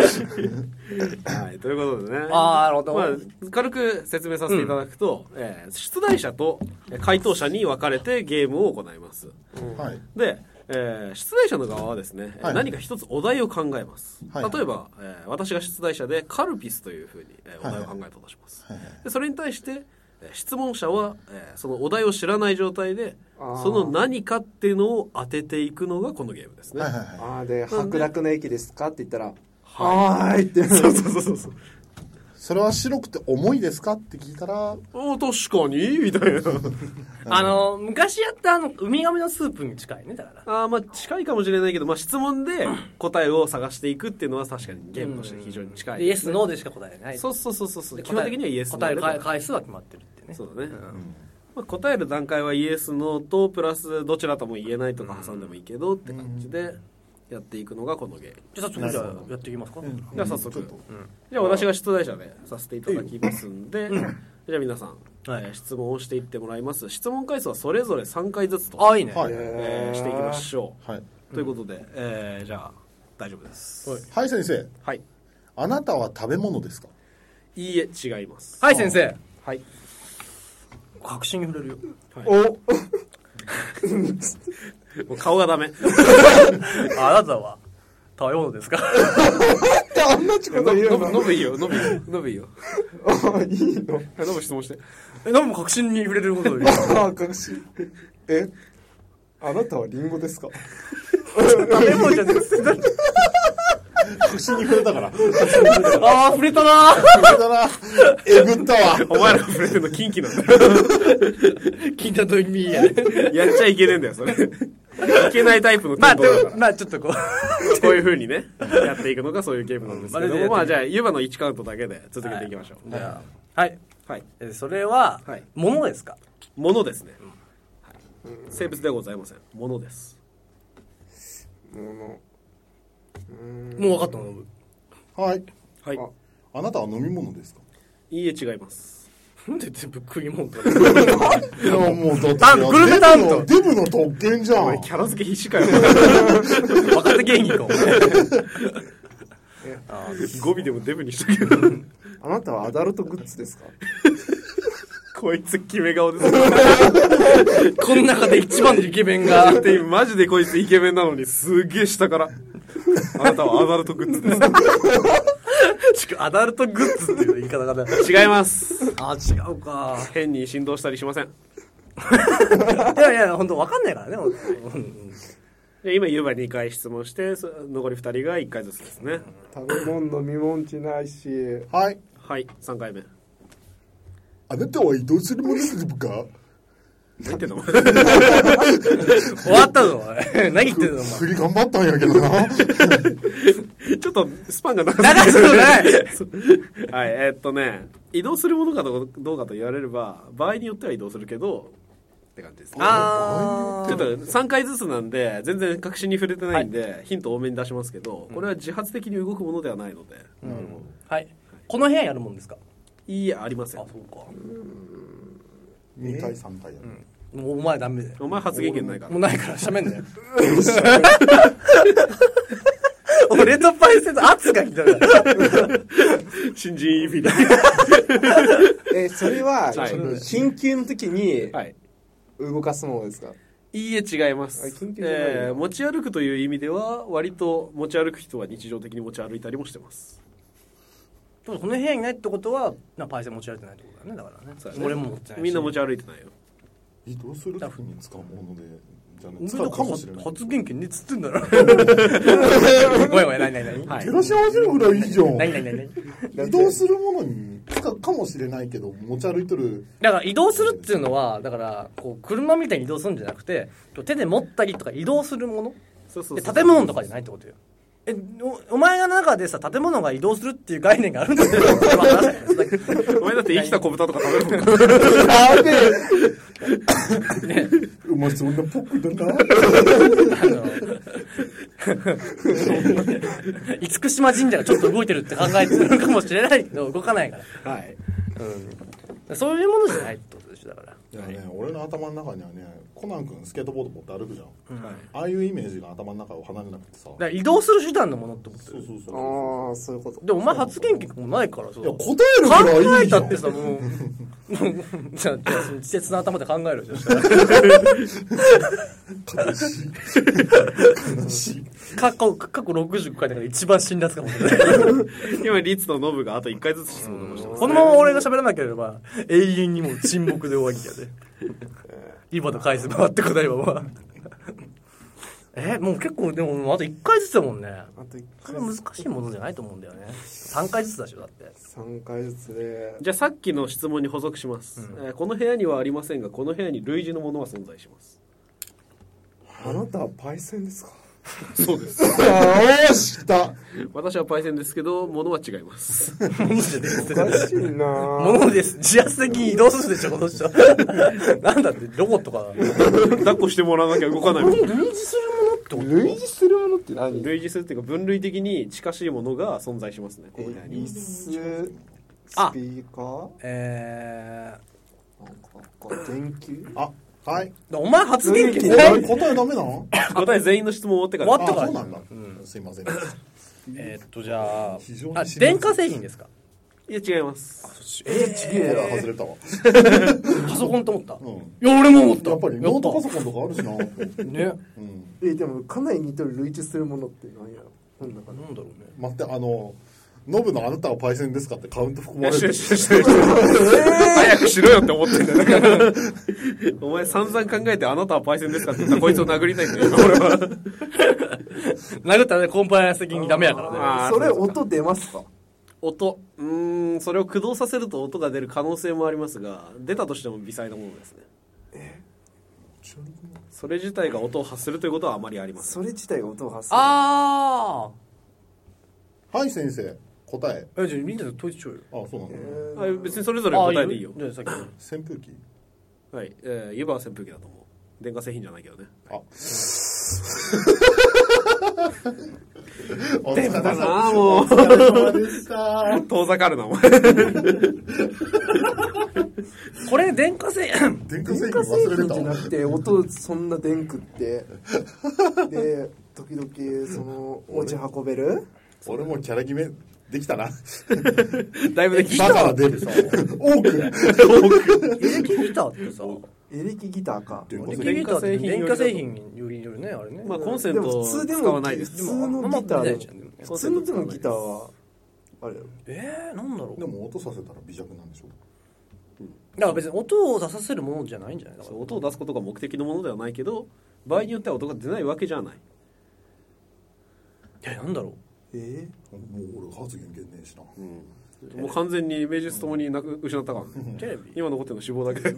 Speaker 4: はいということでね
Speaker 1: あーなるほど
Speaker 4: まあ、軽く説明させていただくと、えー出題者とえー回答者に分かれてゲームを行います
Speaker 3: はい。
Speaker 4: で、えー出題者の側はですね、えー
Speaker 3: はい
Speaker 4: 何か一つお題を考えます、
Speaker 3: はい
Speaker 4: 例えば、えー私が出題者でカルピスというふうに、えーお題を考えたとします、でそれに対してえー質問者は、えーそのお題を知らない状態で
Speaker 5: あー
Speaker 4: その何かっていうのを当てていくのがこのゲームですね
Speaker 3: はいはい は
Speaker 5: あーで白濁の駅ですかって言ったら「はーい」ってそうそうそうそう
Speaker 3: い。それは白くて重いですかって聞いたら、
Speaker 4: おー確かにみたいな
Speaker 1: あの、昔やったあの、ウミガメのスープに近いね、だから。
Speaker 4: あーまあ近いかもしれないけど、まあ、質問で答えを探していくっていうのは確かにゲームとして非常に近い
Speaker 1: でイエス、ノーでしか答えない。。
Speaker 4: そううそうそうそうそう
Speaker 1: で
Speaker 4: 基本的にはイエス
Speaker 1: 答え
Speaker 4: で
Speaker 1: 答える回数は決まってるってね。
Speaker 4: そうだね、まあ、答える段階はイエスノーとプラスどちらとも言えないとか挟んでもいいけどって感じでやっていくのがこのゲーム
Speaker 1: じゃあ、早速、じゃあ、やっていきますか。
Speaker 4: じゃあ早速、じゃあ私が出題者でさせていただきますんで、じゃあ皆さん、
Speaker 1: はい
Speaker 4: えー質問をしていってもらいます質問回数はそれぞれ3回ずつと、
Speaker 1: あ、いいね。
Speaker 3: はい。
Speaker 4: えーしていきましょう、
Speaker 3: はい。
Speaker 4: ということで、えーじゃあ大丈夫ですはい、
Speaker 3: はい、先生。
Speaker 4: はい、
Speaker 3: あなたは食べ物ですか
Speaker 4: いいえ違います
Speaker 1: はい、先生。
Speaker 4: はい
Speaker 1: 確信に触れるよ。
Speaker 4: もう顔がダ メ
Speaker 1: あなたは、食べ物ですか
Speaker 5: あんなちこと言う
Speaker 4: ノブ
Speaker 5: の
Speaker 4: ノブいいよノブいいよノブいいよ
Speaker 5: あいいの
Speaker 4: ノブ質問して
Speaker 1: え、なんも確信に触れることで。
Speaker 5: あ隠しえあなたはリンゴですか
Speaker 1: 食べ物じゃなくて。
Speaker 3: 口に触れたから。触れ
Speaker 1: あー、触れたな ー。
Speaker 3: たら、えぐったわ。
Speaker 4: お前ら触れてるの禁忌 なんだよ。
Speaker 1: 聞いたときやね。
Speaker 4: やっちゃいけねえんだよ、それ。いけないタイプの
Speaker 1: まあ、
Speaker 4: 剣道
Speaker 1: で
Speaker 4: だか
Speaker 1: もまあ、ちょっとこう。
Speaker 4: ら。こういう風にね、やっていくのがそういうゲームなんですけど
Speaker 1: うん
Speaker 4: も、まあじゃあ、ユバの1カウントだけで続けていきましょう。
Speaker 1: じゃあ、はい。
Speaker 4: はい。
Speaker 1: えそれは
Speaker 4: はい、
Speaker 1: ものですか
Speaker 4: ものですね。はい生物ではございません。ものです。
Speaker 5: も
Speaker 1: もう分かったのノ
Speaker 3: はい。
Speaker 4: はい。
Speaker 3: あなたは飲み物ですか
Speaker 4: いいえ、違います。
Speaker 1: ブ。なんで全部食い物だ
Speaker 3: いや、もう、だって
Speaker 1: タングルメタント
Speaker 3: デブのデブの特権じゃ
Speaker 4: お
Speaker 3: ん
Speaker 4: 前、。キャラ付け必死かよ。
Speaker 1: 若手芸 人か、お前。
Speaker 4: 語尾でもデブにしたけど。
Speaker 5: うあなたはアダルトグッズですか
Speaker 4: こいつ、キメ顔です。
Speaker 1: この中で一 番のイケメンが。
Speaker 4: だって今マジでこいつイケメンなのに、すげえ下から。あなたはアダルトグッズで
Speaker 1: アダルトグッズっていう言い方がね。
Speaker 4: す。違います。
Speaker 1: あ、違うか。
Speaker 4: 変に振動したりしません。
Speaker 1: いやいや、本当分かんないからね。うん
Speaker 4: で今言えば2回質問してそ残り2人が1回ずつですね
Speaker 5: 食べ物飲み物じないし
Speaker 3: はい。
Speaker 4: はい3回目
Speaker 3: あなたは移動するものですか
Speaker 4: 何言ってんの
Speaker 1: 終わったぞ、おい何言ってんの、お前。
Speaker 3: 振り頑張ったんやけどな。
Speaker 4: ちょっとスパンが長
Speaker 1: 長
Speaker 4: す
Speaker 1: す
Speaker 4: ぎ
Speaker 1: ぎ
Speaker 4: る
Speaker 1: るない
Speaker 4: はいえーっとね移動するものかどうかどうかと言われれば場合によっては移動するけどって感じですね
Speaker 1: あ
Speaker 4: ちょっと3回ずつなんで全然確信に触れてないんで、ヒント多めに出しますけどこれは自発的に動くものではないので、
Speaker 1: ー。はい。この部屋やるもんですか
Speaker 4: いいえありません
Speaker 1: そうか。
Speaker 3: 2回、3回やる。
Speaker 1: もうお前ダメだよ。
Speaker 4: お前発言権ないから
Speaker 1: もうないから喋 んなよ。俺とパイセンと圧が来たから。
Speaker 4: 新人 EV だ
Speaker 5: えそれ
Speaker 4: は
Speaker 5: は
Speaker 4: い
Speaker 5: その緊急の時に
Speaker 4: はい
Speaker 5: 動かすものですか
Speaker 4: いいえ違いま
Speaker 5: あ
Speaker 4: す
Speaker 5: 緊急じゃないよ
Speaker 4: えー持ち歩くという意味では割と持ち歩く人は日常的に持ち歩いたりもしてます
Speaker 1: この部屋にないってことはなパイセン持ち歩いてないってことだねだからね
Speaker 4: そうだね
Speaker 1: 俺も持ってないし
Speaker 4: みんな持ち歩いてないよ
Speaker 3: 移動する時に使うものでじゃない
Speaker 1: 俺
Speaker 3: 使う
Speaker 1: だ
Speaker 3: かもしれない
Speaker 1: 発言権ねっつって んだろおいおい何何何
Speaker 4: はい
Speaker 3: 照らし合わせるぐらいいいじゃん
Speaker 1: 何何何何
Speaker 3: 移動するものに使うかもしれないけど持ち歩いてる
Speaker 1: だから移動するっていうのはだからこう車みたいに移動するんじゃなくて手で持ったりとか移動するもの
Speaker 4: そうそう
Speaker 1: で
Speaker 4: そう
Speaker 1: 建物とかじゃないってことよえおお前の中でさ建物が移動するっていう概念があるんだよ
Speaker 4: お前だって生きた小豚とか食べるもん
Speaker 5: やべえ
Speaker 3: うまそんなポックだな
Speaker 1: あの厳島神社がちょっと動いてるって考えてるかもしれないけ ど動かないから
Speaker 4: はい
Speaker 1: そういうものじゃないってことでしょだから
Speaker 3: いやね俺の頭の中にはねコナン君スケートボード持って歩くじゃん、
Speaker 4: はい
Speaker 3: ああいうイメージが頭の中を離れなくてさ
Speaker 1: だから移動する手段のものってこと
Speaker 3: そうそうそう
Speaker 5: ああそういうこと
Speaker 1: でもお前発言権もないからさ
Speaker 3: いや
Speaker 1: 考
Speaker 3: 答えるからい
Speaker 1: え
Speaker 3: いじゃ
Speaker 1: た
Speaker 3: ん
Speaker 1: ってさもうもう じゃあじゃあその稚拙な頭で考えるでしょ
Speaker 3: 悲しい悲しい
Speaker 1: 過去過去60回だから一番辛辣かもしれない
Speaker 4: 今リツとノブがあと1回ずつ質問をしてます
Speaker 1: このまま俺が喋らなければ永遠にもう沈黙で終わりやで リバと返せばって答えはまあ えもう結構でもあと1回ずつだもんね
Speaker 5: あと1
Speaker 1: こ
Speaker 5: 回
Speaker 1: れ難しいものじゃないと思うんだよね3回ずつだしょ だって
Speaker 5: 3回ずつで
Speaker 4: じゃあさっきの質問に補足します、えーこの部屋にはありませんがこの部屋に類似のものは存在します
Speaker 5: あなたはパイセンですか
Speaker 4: そうです
Speaker 3: ああ知った
Speaker 4: 私はパイセンですけどものは違います
Speaker 5: おかしいなぁ
Speaker 1: 物です自発的に移動するでしょこの人 なんだってロボットか
Speaker 4: 抱っこしてもらわなきゃ動かないもん
Speaker 1: 類似するものって
Speaker 5: 類似するものって何
Speaker 4: 類似するっていうか分類的に近しいものが存在しますねこの部屋には
Speaker 5: 椅子スピ
Speaker 1: あ
Speaker 5: ーカー
Speaker 1: え
Speaker 5: なんか電球
Speaker 3: あはい
Speaker 1: ー、お前発言権な
Speaker 5: え
Speaker 3: 答え
Speaker 1: い
Speaker 3: 答えダメなの
Speaker 4: 答え全員の質問終わってから
Speaker 1: 終
Speaker 3: あ
Speaker 1: わっ
Speaker 3: そうなんだ、すいません
Speaker 1: えーっとじゃあ
Speaker 3: 非常に
Speaker 1: あ
Speaker 3: 辛辣
Speaker 1: 電化製品ですか
Speaker 4: いや違います
Speaker 3: えちげえや外れたわ、
Speaker 1: パソコンと思った、
Speaker 3: うん、
Speaker 1: いや俺も思った
Speaker 3: やっぱりノートパソコンとかあるしな、 う
Speaker 1: ね
Speaker 3: ん、
Speaker 5: えでもかなり似てる類似するものって何やなんだかな
Speaker 1: なんだろうね
Speaker 3: 待ってあのノブのあなたはパイセンですかってカウント含
Speaker 4: い
Speaker 3: ま
Speaker 4: や
Speaker 3: れ
Speaker 4: しろ
Speaker 3: る
Speaker 4: しろしろしろ 早くしろよって思ってんだよだからお前散々考えてあなたはパイセンですかって言ったらこいつを殴りたいんだよ今俺は
Speaker 1: 殴ったらねコンプライアンス的にダメやからね
Speaker 4: あー
Speaker 5: それ音出ますか
Speaker 4: 音うーんそれを駆動させると音が出る可能性もありますが出たとしても微細なものですねそれ自体が音を発するということはあまりありません
Speaker 5: それ自体が音を発する
Speaker 1: あ
Speaker 3: はい先生答え
Speaker 1: あえじゃあみんなで統一しようよ
Speaker 3: あそうなんだ、
Speaker 4: あ別にそれぞれ答えていいよ
Speaker 1: じゃあさっきの
Speaker 3: 扇風機
Speaker 4: はいえー湯葉は扇風機だと思う電化製品じゃないけどね
Speaker 3: あ お疲れ様
Speaker 4: ああもう
Speaker 3: でした
Speaker 4: 遠ざかるな お前
Speaker 1: これ電化製
Speaker 3: 電化製品
Speaker 5: 電化製
Speaker 3: 忘れて
Speaker 5: 品
Speaker 3: た
Speaker 5: じゃな
Speaker 3: わ
Speaker 5: くて音そんな電くってで時々その持ち運べる
Speaker 3: 俺もキャラ決めできたな
Speaker 4: だいぶでき
Speaker 3: バカは出るさ多く
Speaker 1: エレキギターってさ
Speaker 5: エレキギターか
Speaker 3: 電化製
Speaker 1: エレキ
Speaker 3: 品
Speaker 1: ギターって電化製品によりよるねあれね
Speaker 4: まあコンセン
Speaker 5: で
Speaker 4: ト
Speaker 5: も
Speaker 4: を
Speaker 5: 普通で
Speaker 4: 使
Speaker 5: も
Speaker 4: わないです
Speaker 5: 普通の
Speaker 1: あんま見
Speaker 5: ギタ
Speaker 1: ない
Speaker 5: ー
Speaker 1: じゃんでもね
Speaker 5: 普通のでもギターはあれよ
Speaker 1: えー、なんだろう
Speaker 3: でも音させたら微弱なんでしょ
Speaker 1: だから別に音を出させるものじゃないんじゃないだか
Speaker 4: そ
Speaker 1: ら
Speaker 4: う音を出すことが目的のものではないけど場合によっては音が出ないわけじゃない
Speaker 1: えなんだろう
Speaker 5: え
Speaker 3: もう俺発言権ねえしな、
Speaker 4: もう完全に名実ともになく失ったからね
Speaker 1: テレビ
Speaker 4: 今残ってるの脂肪だけ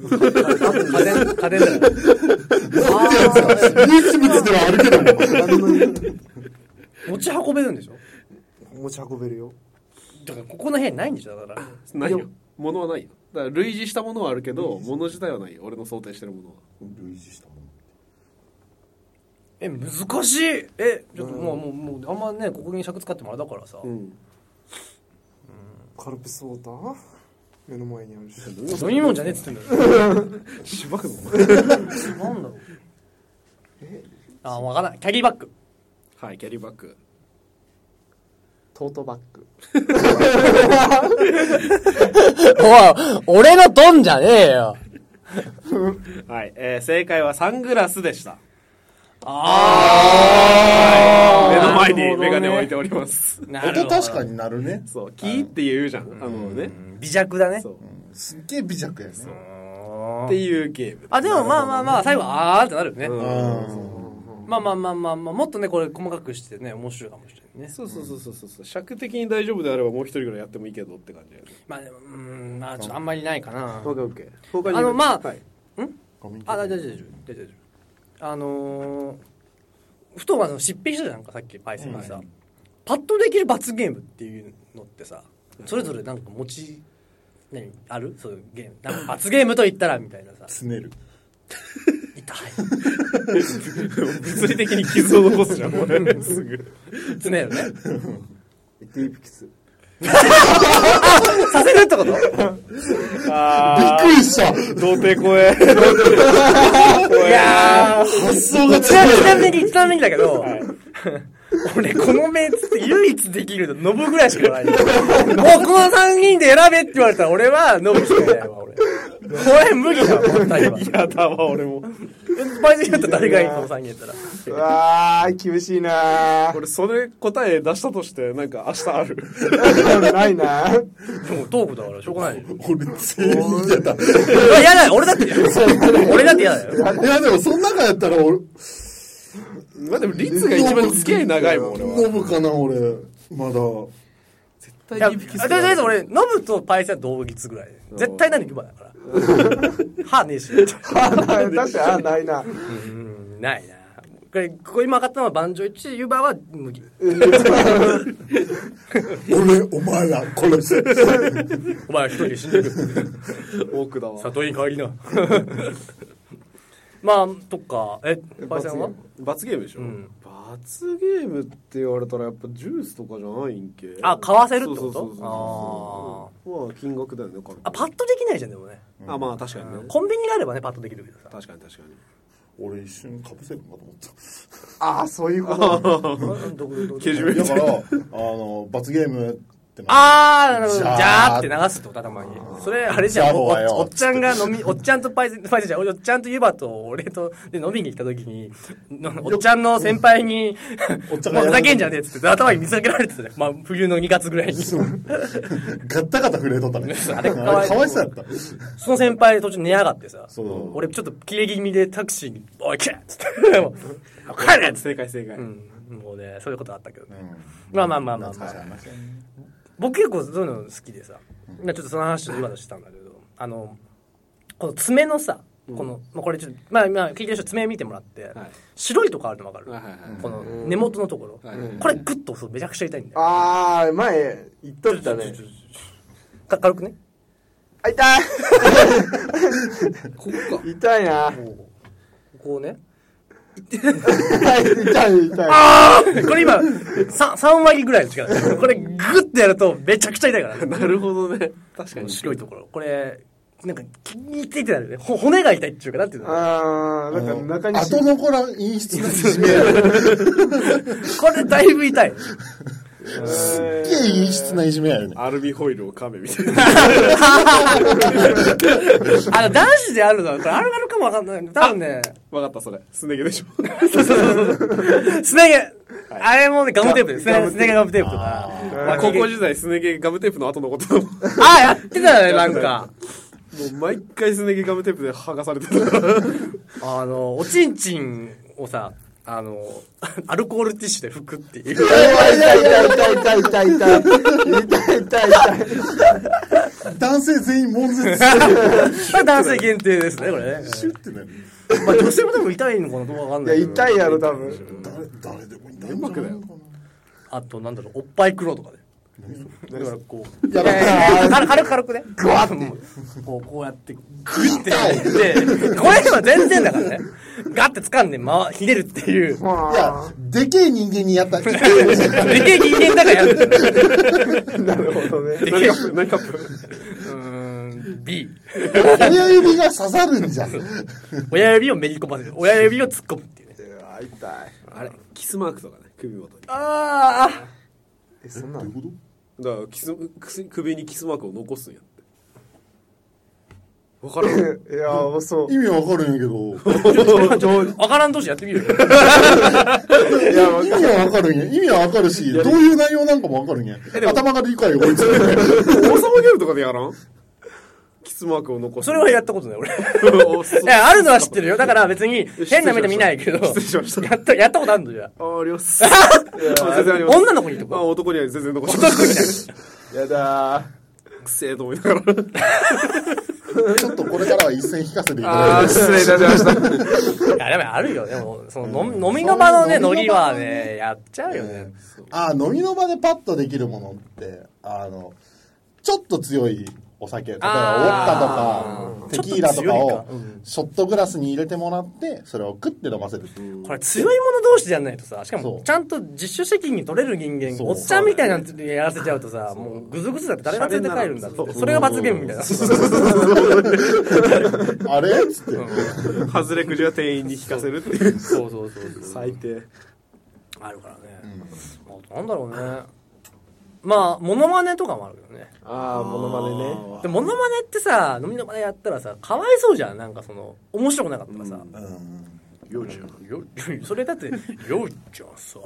Speaker 1: 家電家電だから
Speaker 3: ニュース見てたらあるけども
Speaker 5: ーあんなに
Speaker 1: 持ち運べるんでしょ
Speaker 5: 持ち運べるよ
Speaker 1: だからここの部屋にないんでしょだから
Speaker 4: ないよ物はないよだから類似したものはあるけど物自体はないよ俺の想定してるものは
Speaker 3: 類似したもん
Speaker 1: え難しいえちょっともうもうもうあんまねここに尺使ってもあれだからさ、
Speaker 4: うん
Speaker 5: カルピスウォーター目の前にあるし
Speaker 1: 飲み物じゃねえっつってんだよ
Speaker 4: しばくの
Speaker 1: なんだろうあ分からないキャリーバッグ
Speaker 4: はいキャリーバッグ
Speaker 5: トートバッグ
Speaker 1: おい俺のトンじゃねえよ
Speaker 4: はい、えー正解はサングラスでした。
Speaker 1: あ
Speaker 4: 目の
Speaker 1: あ
Speaker 4: 前にメガネを置いております。
Speaker 3: 音確か
Speaker 1: に。
Speaker 3: になるね。
Speaker 4: そう、キーって言うじゃん。あのね。
Speaker 1: 微弱だね
Speaker 4: そう。。
Speaker 3: すっげえ微弱やね。
Speaker 4: っていうゲーム。
Speaker 1: あ、でもまあまあまあ、最後、あーってなるよね。
Speaker 3: うん。
Speaker 1: まあまあまあまあまあ、もっとね、これ細かくしてね、面白いかもしれないね。
Speaker 4: そうそうそうそうそう。尺的に大丈夫であればもう一人ぐらいやってもいいけどって感じだよね。
Speaker 1: まあでも、うーん、まあちょっとあんまりないかな。
Speaker 4: オッケーオッケー。他
Speaker 1: あの、まあ、ん
Speaker 4: はい
Speaker 3: ごめん
Speaker 1: あ、大丈夫、大丈夫、大丈夫大丈夫。あのー、ふとあの、執筆したじゃんか、さっき、パイセンがさ、パッとできる罰ゲームっていうのってさ、それぞれなんか持ち、何、あるそういうゲーム。なんか罰ゲームと言ったら、みたいなさ、
Speaker 3: つねる。
Speaker 1: 痛
Speaker 4: 物理的に傷を残す じゃん、これ。 すぐ。
Speaker 1: い。つねるね。
Speaker 6: ディープキ ス。
Speaker 1: させるってこと
Speaker 3: び
Speaker 4: あ
Speaker 3: っくりした
Speaker 4: ー、童貞怖え。
Speaker 1: いやー、
Speaker 3: 発想が違
Speaker 1: ちなみに、 ちなみにだけど、俺、このメンツって唯一できるの、ノブぐらいしかない。もうこの3人で選べって言われたら、俺はノブしかいないわ、俺。これ無理だわ、本当には。
Speaker 4: やだわ、俺も。
Speaker 1: マジで言ったら誰がいいこの3人やったら。
Speaker 6: うわー、厳しいなー。
Speaker 4: 俺、それ答え出したとして、なんか明日ある。
Speaker 6: ないなー。
Speaker 1: でもトークだから、しょうがないよ。
Speaker 3: う。俺、全員嫌だ。
Speaker 1: 嫌だよ、俺だ って嫌だよ。俺だって嫌だよ。
Speaker 3: いや、でも、その中やったら俺、
Speaker 4: まあでも、リツが一番付き合い長いもん、俺は。
Speaker 3: ノブかな、俺。まだ。
Speaker 1: いや、とりあえず俺、ノブとパイセンは同率ぐらいで。絶対何行くばだから。歯ねえし。
Speaker 6: 確かに、ないな。
Speaker 1: うん、ないな。これ、ここ今上がったのはバンジョー1、ユーバーは無理。
Speaker 3: 俺、お前ら、殺す。
Speaker 1: お前は一人で死んでる。
Speaker 4: 多くだわ。
Speaker 1: 里に帰りな。 まあ、とか、え、パイセンは
Speaker 4: 罰ゲームでしょ、
Speaker 1: ん
Speaker 4: 罰ゲームって言われたらやっぱジュースとかじゃないんけ
Speaker 1: あ、買わせるってこ
Speaker 4: そうそうそうそう
Speaker 1: と
Speaker 4: まあ金額だよねこれ
Speaker 1: あーあ、パッとできないじゃん、でもね。
Speaker 4: あまあ確かにね、
Speaker 1: コンビニがあればね、パッとできるけどさ。
Speaker 4: 確かに確かに
Speaker 3: 俺、一瞬被せるかと思った。
Speaker 6: あー、そういうこと。
Speaker 1: どこどこどこ
Speaker 4: けじめ
Speaker 3: だから、あの、罰ゲームってな。
Speaker 1: あー、なるほど。
Speaker 3: じ
Speaker 1: じ
Speaker 3: ゃー
Speaker 1: ゃーって流すってことだ、たまに。それ、あれじゃん、
Speaker 3: じゃあ
Speaker 1: お
Speaker 3: おはよう
Speaker 1: おっちゃんが飲み、おっちゃんとパイセン、パイセンじゃん、おっちゃんとユバと俺と、で、飲みに行った時に、のおっちゃんの先輩に、 お
Speaker 3: おっちゃんが
Speaker 1: ふざけんじゃねえっつって、頭に水かけられてたじゃん。まあ、冬の2月ぐらいに。
Speaker 3: ガッタガタ震えとったね。あれ、
Speaker 1: かわいそう
Speaker 3: かわいそうやった。
Speaker 1: その先輩途中寝やがってさ
Speaker 3: そうだ、
Speaker 1: 俺ちょっと切れ気味でタクシーに、おい、来れっつって、もう帰れっつって。
Speaker 4: 正解正解、
Speaker 1: うんもうね、そういうことあったけどね。
Speaker 3: うん
Speaker 1: まあまあまあまあ、ま
Speaker 3: 懐かしい
Speaker 1: あ、
Speaker 3: 話やね
Speaker 1: 僕結構そういうの好きでさ、今ちょっとその話を今としてたんだけど、あの、この爪のさ、この、まあ、これちょっと、まあ今聞いてる人爪見てもらって、
Speaker 4: はい
Speaker 1: 白いとこあるのわかる、
Speaker 4: はいはいはい
Speaker 1: この根元のところ。
Speaker 4: はいはいはい
Speaker 1: これグッと押すとめちゃくちゃ痛いんだよ。
Speaker 6: あー、前、言っとったね。
Speaker 1: か軽くね。
Speaker 6: あ、痛い
Speaker 4: ここか
Speaker 6: 痛いな
Speaker 1: こう、こうね。
Speaker 6: 痛い、痛い、痛い。
Speaker 1: これ今、3, 三割ぐらいの力。これグッてやるとめちゃくちゃ痛いからね。
Speaker 4: なるほどね確かに
Speaker 1: 白いところ。これ、なんか、気についてなるね。ほ骨が痛いっていうか、なんていうの
Speaker 6: あー、なんか中にし
Speaker 3: 後残らん陰湿な締めやね。
Speaker 1: これだいぶ痛い。
Speaker 3: すっげえ陰湿ないじめやよね。
Speaker 4: アルミホイルを噛めみたいな
Speaker 1: あの、男子であるのは、これあるあるかもわかんない。多分ね、
Speaker 4: わかったそれすね毛 でしょ
Speaker 1: すね毛。あれもね、ガムテープですね。すね毛ガムテープとか。まあ
Speaker 4: 高校時代すね毛ガムテープの後のことだもんも
Speaker 1: あ、やってたね、なんか。
Speaker 4: う毎回すね毛ガムテープで剥がされ てるから
Speaker 1: あの、おちんちんをさ、あの、アルコールティッシュで拭くっていう。
Speaker 6: 痛い痛い痛い痛い痛い痛い痛い痛い痛い痛い痛い痛い
Speaker 3: 男性全員悶絶してる。
Speaker 1: 男性限定ですね、これね。
Speaker 3: シュッてなる。
Speaker 1: まあ、女性も多分痛いのかな、どうかわかん
Speaker 6: い
Speaker 1: な
Speaker 6: や
Speaker 1: いけど。
Speaker 6: 痛いやろ多分
Speaker 3: 誰、誰でもいいんだよ。うまくだよ。
Speaker 1: あと、なんだろう、おっぱい黒とかで。だからこう、
Speaker 3: やばい。
Speaker 1: 軽く軽く軽くね。グワッて。こう、こうやって、グイってやって、これは全然だからね。ガッて掴んで、まわ、ひねるっていう。
Speaker 3: いや、でけえ人間にやった。
Speaker 1: でけえ人間だからやるんだよ。
Speaker 6: なるほどね
Speaker 4: 何カップ何カップ
Speaker 1: うーん、B。
Speaker 3: 親指が刺さるんじゃん。
Speaker 1: 親指をめり込ませる。親指を突っ込むっていうね。
Speaker 6: 痛い
Speaker 4: あれキスマークとかね首元に
Speaker 1: ああ。
Speaker 6: えそんなの
Speaker 4: だからキスくす首にキスマークを残すんやって
Speaker 1: わから ん。
Speaker 4: いやー、そう。
Speaker 3: 意味わかるんやけど。
Speaker 1: わからん同士やってみるよ。
Speaker 4: いや、わ
Speaker 3: 意味はわかるんや。意味はわかるし、どういう内容なんかもわかるんや。頭が理解を追いつけない。
Speaker 4: 王様ゲームとかでやらんキスマークを残す。
Speaker 1: それはやったことない、俺。
Speaker 4: い
Speaker 1: いや、あるのは知ってるよ。だから別に変な目で見ないけど、
Speaker 4: 失礼しました
Speaker 1: やった、やったことあるのじゃ。
Speaker 4: あー、あり ます。いやー全然あります。
Speaker 1: 女の子にってこ
Speaker 4: あ
Speaker 1: と
Speaker 4: 男には全然残します。やだー。くせえと思いながら。
Speaker 3: ちょっとこれからは一線引かせていた
Speaker 4: あ
Speaker 3: だ
Speaker 4: あ、
Speaker 3: いて。
Speaker 4: 失礼いたしました。
Speaker 1: いや、でもあるよ。でも、その、飲み飲みの場のね、
Speaker 3: そう
Speaker 1: ノ
Speaker 3: 飲み
Speaker 1: リ
Speaker 3: の場
Speaker 1: は
Speaker 3: のね
Speaker 1: ね、やっちゃうよね。
Speaker 3: あー飲みの場でパッとできるものって、あの、ちょっと強いお酒、例えば
Speaker 1: あ
Speaker 3: ウォ
Speaker 1: ー
Speaker 3: ッカとか、テキーラとか
Speaker 1: ちょっと
Speaker 3: を
Speaker 1: 強い
Speaker 3: ショットグラスに入れてもらって、それをクッて飲ませる。
Speaker 1: これ強い者同士じゃないとさ、しか
Speaker 3: そ
Speaker 1: も
Speaker 3: う
Speaker 1: ちゃんと自主責任取れる人間
Speaker 3: そ
Speaker 1: が、
Speaker 3: う
Speaker 1: おっさんみたいなやつでやらせちゃうとさ、もうグズグズだって誰が連れて帰るんだって。
Speaker 4: そう
Speaker 1: それが罰ゲームみたいな。
Speaker 3: あれっつって。
Speaker 4: 外れくじは店員に引かせるっていう。
Speaker 1: そうそうそうそう。
Speaker 4: 最低。
Speaker 1: あるからね。あなんだろうね。まあ、モノマネとかもあるけどね。
Speaker 4: ああ、モノマネね。
Speaker 1: で、モノマネってさ、飲みの場でやったらさ、かわいそうじゃん。なんかその、面白くなかったらさ。
Speaker 4: 幼稚園。
Speaker 1: よそれだって、よいちゃんさ。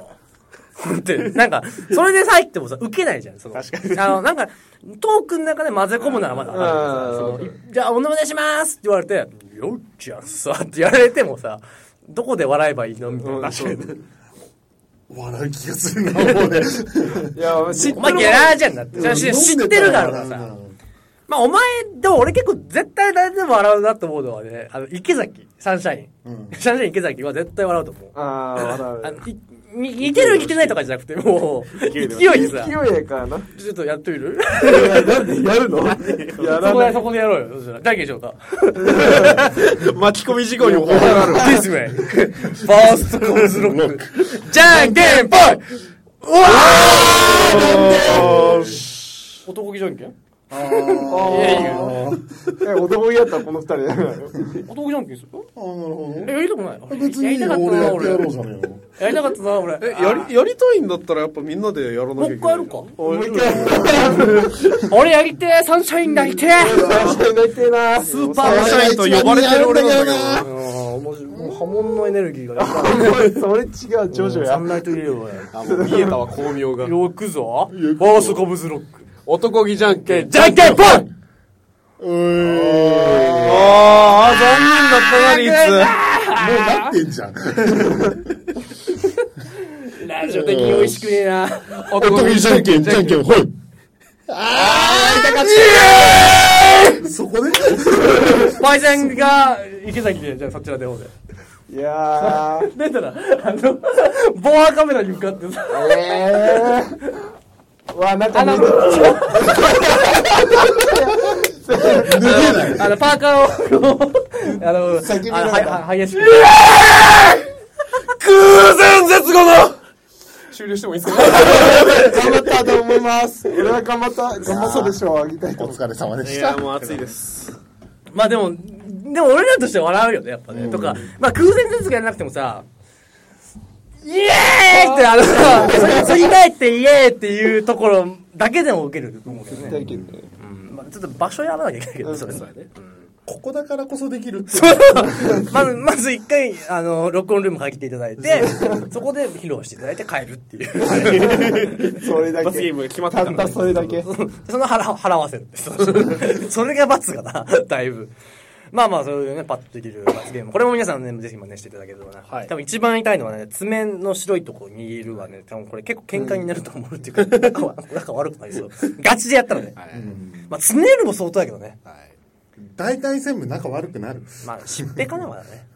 Speaker 1: って、なんか、それでさ、入ってもさ、受けないじゃん。そのあの、なんか、トークの中で混ぜ込むならまだわかるけどさそのじゃあ、お願いしますって言われて、よいちゃんさ、ってやられてもさ、どこで笑えばいいのみたいな。
Speaker 3: 笑う気がするな、
Speaker 4: い
Speaker 3: 俺。
Speaker 4: や、知っ
Speaker 1: お
Speaker 4: て
Speaker 1: 前
Speaker 4: る
Speaker 1: ゲラーじゃんだって。知知ってるだろうが
Speaker 3: 飲んでたら。
Speaker 1: さ
Speaker 3: 笑うな
Speaker 1: まあ、お前、でも俺結構絶対誰でも笑うなと思うのはね、あの、池崎、サンシャイン。サンシャイン池崎は絶対笑うと思う。
Speaker 4: ああ、笑
Speaker 1: あのいに似てる似てないとかじゃなくて、もう、勢
Speaker 4: い
Speaker 1: い
Speaker 4: で
Speaker 1: でさ、
Speaker 4: う。勢いかな。
Speaker 1: ちょっとやってみる
Speaker 4: やるのやら
Speaker 1: そこ
Speaker 4: な
Speaker 1: で、
Speaker 4: い。
Speaker 1: そこでやろうよ。どうしたら。だけでしょうか。
Speaker 4: 巻き込み事故に怒られる。
Speaker 1: This way. ファーストコーズロック。じゃんけんぽいうわー男気じゃんけんいやいや
Speaker 4: え、男やったらこの二人やる。
Speaker 1: 男気じゃんけんする
Speaker 3: あーなるほ
Speaker 1: え、やりたくないの
Speaker 3: ど。別に
Speaker 1: やりたかった
Speaker 3: 俺
Speaker 1: な、
Speaker 3: やってやろ
Speaker 1: 俺
Speaker 3: う。じゃねえよ。
Speaker 1: やりたかったな、俺。
Speaker 4: え、やり、やりたいんだったらやっぱみんなでやらなきゃ
Speaker 1: も
Speaker 4: いうけ
Speaker 1: 一
Speaker 4: な
Speaker 1: 回
Speaker 4: い。
Speaker 1: やるか。
Speaker 4: もう一回やるか。
Speaker 1: 俺やりてえサンシャインだりてえ
Speaker 4: なスーパーサインと呼ばれてる俺なんだ
Speaker 1: うん、面白いもう波紋のエネルギーがやっぱ
Speaker 4: けど。それ違う、ジョジョ
Speaker 1: サ
Speaker 4: や。
Speaker 1: ンライトイエローや。
Speaker 4: 見えたわ、巧妙が。
Speaker 1: よくぞ。ファーストコブズロック。
Speaker 4: 男気じゃんけん。
Speaker 1: じゃんけんぽい
Speaker 4: ああ、残念だったな、リーツ。
Speaker 3: もうなってんじゃん。
Speaker 1: ラジオ的に美味しくねえな。
Speaker 3: 男気じゃんけん、じゃんけん、ほい。あー、痛かった。そこで
Speaker 1: パイセンが池崎で、じゃあそちらで方で。
Speaker 4: いやー、
Speaker 1: 出たら、あの、防犯カメラに向かってさ、
Speaker 4: えー。わ、なんかね、
Speaker 1: あの、パーカーを、あの、あの、はは林くん
Speaker 4: 終了してもいいですか
Speaker 5: 頑張ったと思います。
Speaker 4: 俺は頑張った。頑
Speaker 5: 頑張そうでしょう、あげたいと
Speaker 3: お
Speaker 5: 思
Speaker 3: 疲れ様で
Speaker 4: い
Speaker 3: した
Speaker 4: や、。もう暑いです。
Speaker 1: まあでも、でも俺らとしては笑うよね、やっぱね。とか、まあ空前絶後やらなくてもさ、イエーイってあのさ、それ振り返ってイエーイっていうところだけでも受けると思うけどね。
Speaker 5: う。
Speaker 1: まあ、ちょっと場所選ばなきゃいけないけど、それそれね。
Speaker 3: ここだからこそできるって。
Speaker 1: まず、まず一回、あの、録音ルーム入っていただい て、そこで披露していただいて帰るっていう。
Speaker 5: それだ
Speaker 4: 罰ゲ
Speaker 5: け
Speaker 4: ー。ムが決まった
Speaker 5: た
Speaker 4: か
Speaker 5: った
Speaker 4: ら。
Speaker 5: それだけ。
Speaker 1: その払わ払わせるって。そそれが罰がな、 だいぶ。まあまあ、そういうね、パッとできる罰ゲーム。これも皆さんね、ぜひ真似していただければな。
Speaker 4: はい
Speaker 1: 多分一番痛いのはね、爪の白いとこ握るはね、多分これ結構喧嘩になると思うってい うか、なんかわなんか悪くなりそう。ガチでやったらね。まあ、爪よりも相当やけどね。
Speaker 3: 大体全部仲悪くなる。
Speaker 1: まあ、しっぺかな、まだね。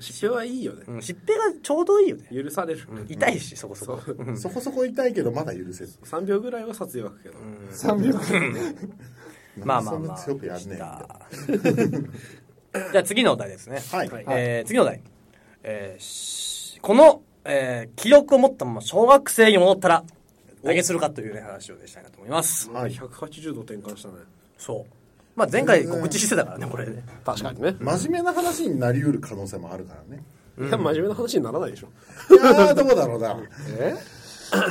Speaker 4: 失敗はいいよね。
Speaker 1: うん、しっぺがちょうどいいよね。
Speaker 4: 許される。
Speaker 1: 痛いし、そこそこ。
Speaker 3: そこそこ痛いけどまだ許せず。
Speaker 4: 3秒ぐらいは撮影湧くけど。
Speaker 5: 3秒。
Speaker 1: まあまあまあ。
Speaker 3: そんな強くやんねえんだ
Speaker 1: じゃあ次のお題ですね。
Speaker 3: はい
Speaker 1: えー次のお題。えーしこの、えー記録を持ったまま小学生に戻ったら、何するかというね、話をねしたいなと思います。
Speaker 3: はい
Speaker 4: 180度転換したね。
Speaker 1: そう。まあ前回告知してたからね、これね。
Speaker 4: 確かにね。
Speaker 3: 真面目な話になりうる可能性もあるからね。
Speaker 4: いや、真面目な話にならないでしょ。
Speaker 3: いやー、どうだろうな。
Speaker 4: え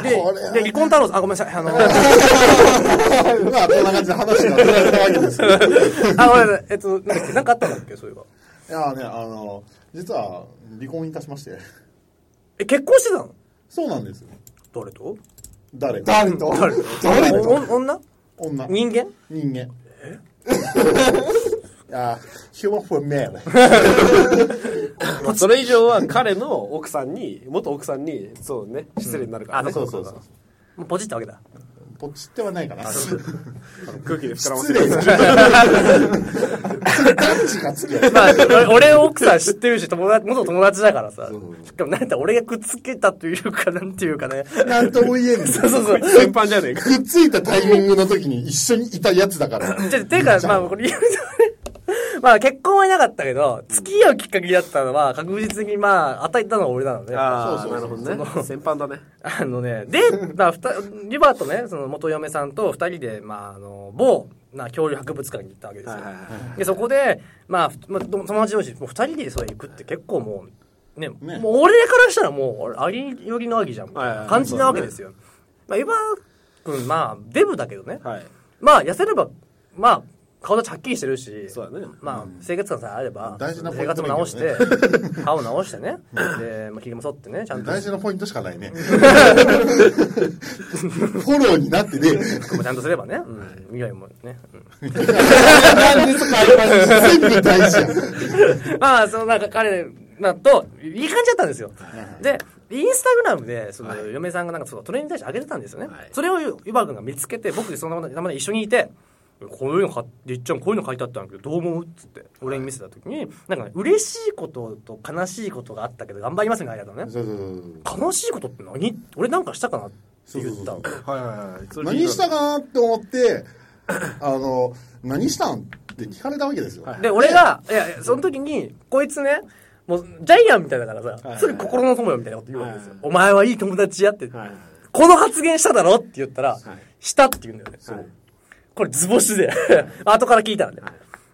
Speaker 1: で、で、離婚太郎さん、あ、ごめんなさい、あの、
Speaker 3: まあ、こんな感じで話が取られたわけですけど。
Speaker 1: あ、ごめんなさい、えっと、なんだっけなんかあったんだっけ、そういえば。
Speaker 3: いやね、あの、実は離婚いたしまして。
Speaker 1: え、結婚してたの
Speaker 3: そうなんですよ。
Speaker 1: 誰と
Speaker 3: 誰か。
Speaker 5: 誰と
Speaker 3: 誰と
Speaker 1: おお女
Speaker 3: 女。
Speaker 1: 人間
Speaker 3: 人間。 あ、ヒューマンフォーメー
Speaker 6: まあそれ以上は彼の奥さんに、元奥さんに、そうね、失礼になるからね。
Speaker 3: そうそうそう。
Speaker 1: もうポチったわけだ。
Speaker 3: ポチってはないかな。
Speaker 6: 空気で膨らませ
Speaker 3: 失
Speaker 6: て
Speaker 3: 礼。感じがつけ。
Speaker 1: まあ、俺俺奥さん知ってるし、友達、元友達だからさ。しかもなんだ、俺がくっつけたというか、なんていうかね。
Speaker 3: なんとも言えん。
Speaker 1: そうそうそう。
Speaker 6: 先般じゃねえか。
Speaker 3: くっついたタイミングの時に一緒にいたやつだから。
Speaker 1: じゃ、ていうか、 まあ、これ言うとね、まあ結婚はいなかったけど、付き合うきっかけだったのは、確実にまあ、与えたのは俺なので。あ
Speaker 6: ああ、
Speaker 3: そう
Speaker 6: なる
Speaker 3: そう
Speaker 6: ほどね。先般だね。
Speaker 1: のね、で、まあ、ふたリバーとね、その元嫁さんと二人で、まあ、あの、某、な恐竜博物館に行ったわけですよ。で、そこで、まあ、ふまあ、友達同士、もう二人でそれ行くって結構もう、ね、
Speaker 3: ね
Speaker 1: もう俺からしたらもう、ありよりのわけじゃん。
Speaker 6: はいはい
Speaker 1: 感じなわけですよ。まあ、エヴァ君、まあ、デブだけどね。
Speaker 6: はい。
Speaker 1: まあ、痩せれば、まあ、顔立ちはっきりしてるし、
Speaker 6: そうだね
Speaker 1: まあ、生活感さえあれば、
Speaker 3: 大事なポイ
Speaker 1: 生
Speaker 3: ント
Speaker 1: 活
Speaker 3: だ
Speaker 1: も
Speaker 3: けどね
Speaker 1: 直して、歯を直してね、で、まあ、髭も剃ってね、ちゃんと、
Speaker 3: 大事なポイントしかないね。 フォローになってね。
Speaker 1: 服もちゃんとすればね、うん、未来もね。
Speaker 3: なんでそこあります全部大事やん。
Speaker 1: うん、まあ、その、なんか彼、まあ、と、いい感じだったんですよ。で、インスタグラムで、その、嫁さんがなんか、そのトレーニングに対して上げてたんですよね。
Speaker 6: はい
Speaker 1: それを、ゆばくんが見つけて、僕、そのまま一緒にいて、こういうの買って、いっちゃんこういうの書いてあったんだけど、どう思うっつって、俺に見せた時に、なんか、ね、嬉しいことと悲しいことがあったけど、頑張りますみたいなのね。
Speaker 3: そうそうそうそう
Speaker 1: 悲しいことって何俺なんかしたかなって言ったの。
Speaker 6: はいはいはい。
Speaker 3: 何したかなって思って、あの、何したんって聞かれたわけですよ。
Speaker 1: で、俺が、いや、いやその時に、こいつね、もう、ジャイアンみたいだからさ、すぐ心の友よみたいなこと言うわけですよ。お前はいい友達やって、
Speaker 6: はい
Speaker 1: この発言しただろって言ったら、したって言うんだよね。これ図星で、後から聞いたらね。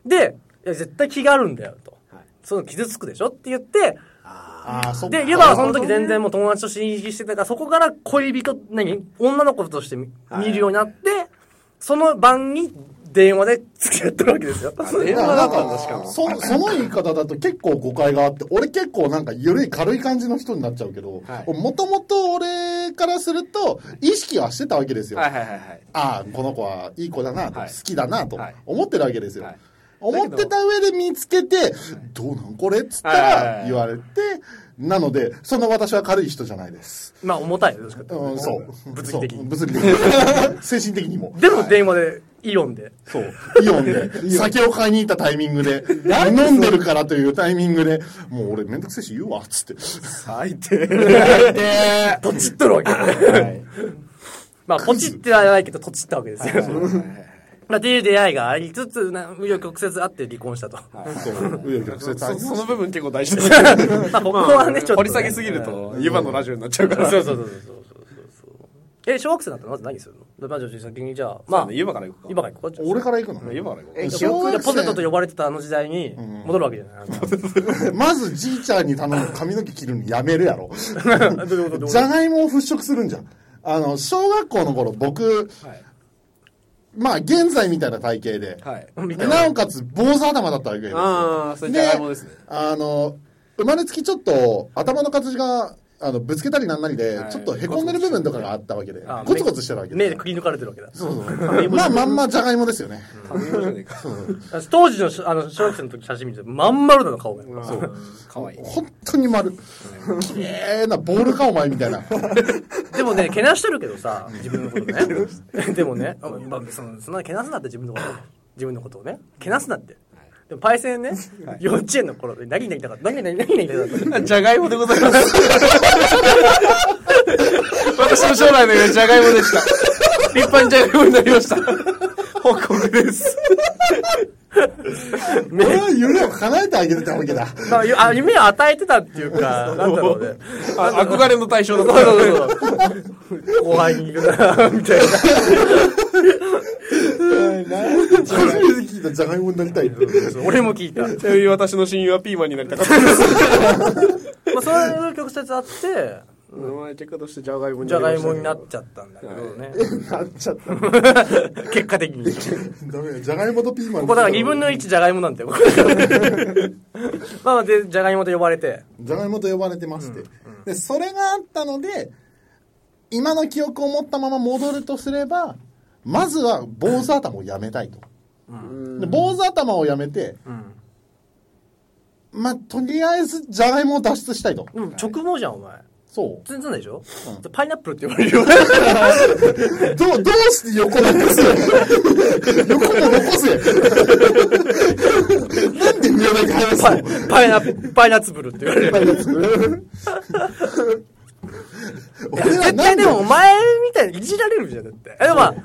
Speaker 1: で、いや、絶対気があるんだよ、と。その傷つくでしょって言って、
Speaker 3: ああ、そっか
Speaker 1: で、リバーはその時全然もう友達と親戚してたから、そこから恋人、何女の子として見見るようになって、その晩に電話で付き合ってるわけですよ。
Speaker 6: 電話だったんだ、しかも。
Speaker 3: そその言い方だと結構誤解があって俺結構なんか緩い軽い感じの人になっちゃうけど
Speaker 6: はい
Speaker 3: もともと俺からすると意識はしてたわけですよ、
Speaker 6: はいはいはいはい。
Speaker 3: ああこの子はいい子だなと、
Speaker 6: はい
Speaker 3: 好きだなと
Speaker 6: はい
Speaker 3: 思ってるわけですよ、
Speaker 6: はい
Speaker 3: 思ってた上で見つけて、どうなんこれっつった
Speaker 6: はいはいは
Speaker 3: ら
Speaker 6: い
Speaker 3: 言われて、なので、そんな私は軽い人じゃないです。
Speaker 1: まあ重たいよ、どっちかっていうと
Speaker 3: うん、そう。
Speaker 1: 物理的に
Speaker 3: そう物理的に。精神的にも。
Speaker 1: でも電話で、イオンで。
Speaker 3: そう。イオンで、酒を買いに行ったタイミングで、飲んでるからというタイミングで、もう俺めんどくせえし言うわ、つって。
Speaker 6: 最低。
Speaker 1: とちっとるわけ。 まあ、ポチってはないけど、とちったわけですよ。まあ、っていう出会いがありつつ、な紆余曲折あって離婚したと。
Speaker 3: そう。紆余曲折あり
Speaker 6: その部分結構大事だね。
Speaker 1: まあ、ここはね、ちょっとね。
Speaker 6: 掘り下げすぎると、湯葉のラジオになっちゃうから。
Speaker 1: そうそうそうそうそうそう。え、小学生だったらまず何するのまあ、じゃあ先にじゃあ、まあ、
Speaker 6: 湯葉から行くか。
Speaker 1: 今から行こうか。
Speaker 3: 俺から行くの
Speaker 6: 湯葉から行こう。
Speaker 5: え
Speaker 1: じゃあ
Speaker 5: 小学生
Speaker 1: ポテトと呼ばれてたあの時代に戻るわけじゃ ない。
Speaker 3: まずじいちゃんに頼む髪の毛切るのやめるやろ。
Speaker 1: どういうことどういうこと
Speaker 3: じゃがいもを払拭するんじゃん。あの、小学校の頃僕、まあ現在みたいな体型で、
Speaker 6: はい。
Speaker 3: なおかつ坊主頭だったわけですよ
Speaker 6: ああ、それじゃがいもですね。
Speaker 3: あの、生まれつきちょっと頭の形が、あの、ぶつけたりなんなりで、
Speaker 6: はい
Speaker 3: ちょっと凹んでる部分とかがあったわけで、
Speaker 1: あ
Speaker 3: コツコツしてたわけ
Speaker 1: 目
Speaker 3: で
Speaker 1: で。くり抜かれてるわけだ。
Speaker 3: まあ、まんまじゃがいもですよね。
Speaker 6: 食べ芋じゃねえか。
Speaker 1: 当時のしあの小学生の時写真見てまん丸なの顔が。
Speaker 6: そう。かわいい。
Speaker 3: 本当に丸。綺麗なボールか、お前みたいな。
Speaker 1: でもね、けなしてるけどさ、自分のこと ね。でもね、あまあ、そのそんなけなすなって自分のこと。自分のことをね。けなすなって。でもパイセンね、幼稚園の頃で何になりたかった何々何々何々何 々
Speaker 6: じゃがいもでござい ます。私の将来の夢、じゃがいもでした。立派にじゃがいもになりま した。報告です。
Speaker 3: 俺は夢を叶えてあげてた わけだ。
Speaker 1: まあゆあ夢を与えてたっていう か、なんだろうね。
Speaker 6: あ憧れの対象だった。
Speaker 1: そうそうそう。後輩にいるな、みたいな。
Speaker 3: 初めて聞いたじゃがいもになりたいって。
Speaker 1: 俺も聞いた。
Speaker 6: ちなみに私の親友はピーマンになりたかった。
Speaker 1: まあ、そういう曲折あって、
Speaker 4: 名前結果としてジャガイモに
Speaker 1: じゃ
Speaker 4: な
Speaker 1: が
Speaker 4: り
Speaker 1: い
Speaker 4: まし
Speaker 1: も
Speaker 4: たけど
Speaker 1: になっちゃったんだけどね。
Speaker 5: なっちゃった。
Speaker 1: 結果的に。
Speaker 3: ダメよじゃがいもとピーマン
Speaker 1: ここだから2分の1じゃがいもなんだよ。これまあ、で、じゃがいもと呼ばれて。
Speaker 3: じゃがいもと呼ばれてまして、でそれがあったので今の記憶を持ったまま戻るとすればまずは坊主頭をやめたいと、で坊主頭をやめて、
Speaker 1: ん
Speaker 3: まあとりあえずじゃがいもを脱出したいと
Speaker 1: でも直毛じゃん、お前。
Speaker 3: そう
Speaker 1: 全然ないでしょ、パイナップルって呼ばれるよ。
Speaker 3: どうどうして横残す 横も残せなんで見えないか話す
Speaker 1: パ
Speaker 3: の
Speaker 1: イパイナパイナツブルって言われる。
Speaker 3: 俺は
Speaker 1: 絶
Speaker 3: な
Speaker 1: 対
Speaker 3: んで
Speaker 1: でもお前みたいにいじられるじゃん、だって。えでもまあ、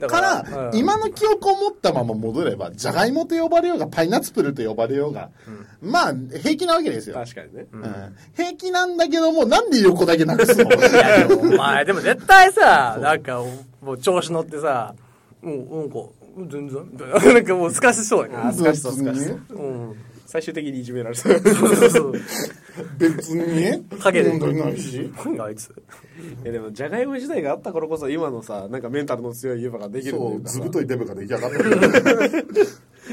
Speaker 1: だ
Speaker 3: から、
Speaker 1: うん
Speaker 3: 今の記憶を持ったまま戻れば、じゃがいもと呼ばれようが、パイナツプルと呼ばれようが、まあ、平気なわけですよ。
Speaker 4: 確かにね。
Speaker 3: うん平気なんだけども、なんで横だけなくすの
Speaker 1: でもお前、でも絶対さ、なんか、もう調子乗ってさ、もう、なんか、全然、みたいななんかもう透かしそうだけど。
Speaker 3: 別に、
Speaker 1: うん。
Speaker 4: 最終的にいじめら れそう。
Speaker 1: そうそうそう。
Speaker 3: 別に、
Speaker 1: 影で
Speaker 3: 問題ないし。
Speaker 1: 何があいつ
Speaker 4: いやでも、じゃがいも時代があった頃こそ、今のさ、なんかメンタルの強いユーバができる
Speaker 3: そう、ずぶ
Speaker 4: と
Speaker 3: といデブが出来上がって る。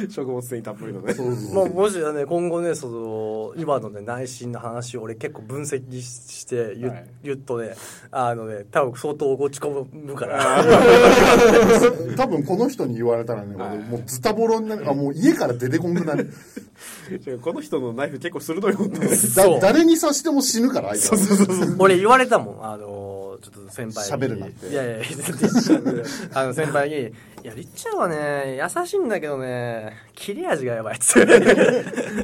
Speaker 4: 食物繊維たっぷりのね。
Speaker 3: そうそう
Speaker 1: まあ、もしね、今後ね、その、今のね、内心の話を俺結構分析しして言,、
Speaker 4: はい
Speaker 1: 言っとね、あのね、多分相当落ち込むから、
Speaker 3: 多分この人に言われたらね、俺もうズタボロになる、あ、もう家から出てこんくなる。
Speaker 4: 違うこの人のナイフ結構鋭いもんね。
Speaker 3: だ
Speaker 1: そう
Speaker 3: 誰に刺しても死ぬから、あいつは。
Speaker 1: 俺言われたもん、あの、ちょっと先輩に。
Speaker 3: 喋るなって
Speaker 1: いやいや、全然喋るあの、先輩に、いや、りっちゃんはね、優しいんだけどね、切れ味がやばいっつって。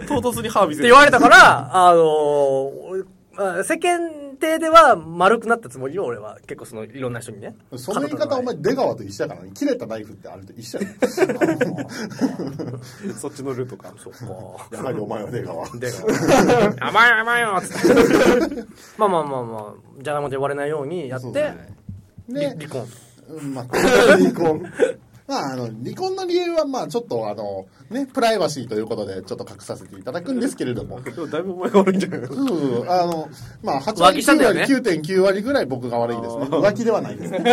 Speaker 4: 唐突に歯見
Speaker 1: っ
Speaker 4: せ
Speaker 1: て言われたから、あの俺まあ世間体では丸くなったつもりよ、俺は。結構その、いろんな人にね。
Speaker 3: その言い方お前出川と一緒だからね切れたナイフってあれと一緒 やね
Speaker 4: そっちのルートか。
Speaker 1: そうか。
Speaker 3: やはりお前は出川
Speaker 1: で甘い甘いよつって。まあまあまあまあ、じゃがいもと言われないようにやって、
Speaker 3: そうだね
Speaker 1: り
Speaker 3: で
Speaker 1: 離婚。
Speaker 3: うんまあ離婚 まああの離婚の理由はまあちょっとあのねプライバシーということでちょっと隠させていただくんですけれど も
Speaker 4: でもだいぶお前が悪いんじゃないの
Speaker 3: うんあのまあ8
Speaker 1: 浮気
Speaker 3: 割
Speaker 1: したん
Speaker 3: 9
Speaker 1: だよ
Speaker 3: 割
Speaker 1: ね
Speaker 3: 9.9割ぐらい僕が悪いですね浮気ではないですね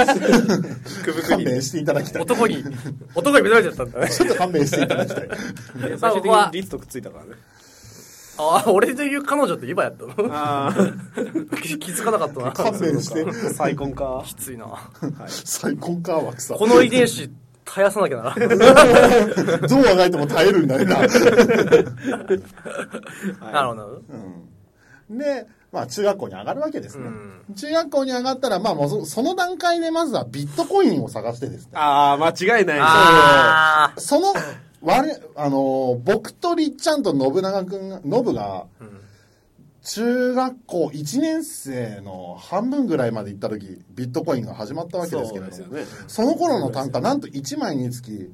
Speaker 4: くぶく
Speaker 3: 勘
Speaker 4: に。
Speaker 3: 弁していただきたい
Speaker 1: 男に、男に目覚めちゃったんだね。
Speaker 3: ちょっと勘弁していただき たい
Speaker 4: 最終的にリツとくっついたからね。
Speaker 1: ああ、俺という彼女って言えばやったの
Speaker 4: ああ、
Speaker 1: 気気づかなかったな。
Speaker 3: 勘弁して
Speaker 4: 再婚か。
Speaker 1: きついな。
Speaker 3: 最高か枠さ
Speaker 1: この遺伝子、絶やさなきゃな。
Speaker 3: どうあがいても耐えるんだ よな
Speaker 1: なるほど。
Speaker 3: で、まあ、中学校に上がるわけですね、中学校に上がったら、まあ、もうそその段階でまずはビットコインを探してですね
Speaker 4: ああ、間違いない。
Speaker 1: ああ。
Speaker 3: その我あのー僕とりっちゃんと信長君がノブが、中学校1年生の半分ぐらいまで行った時ビットコインが始まったわけですけれども
Speaker 4: そ
Speaker 3: そ,、
Speaker 4: うですよね
Speaker 3: の頃の単価なんと1枚につき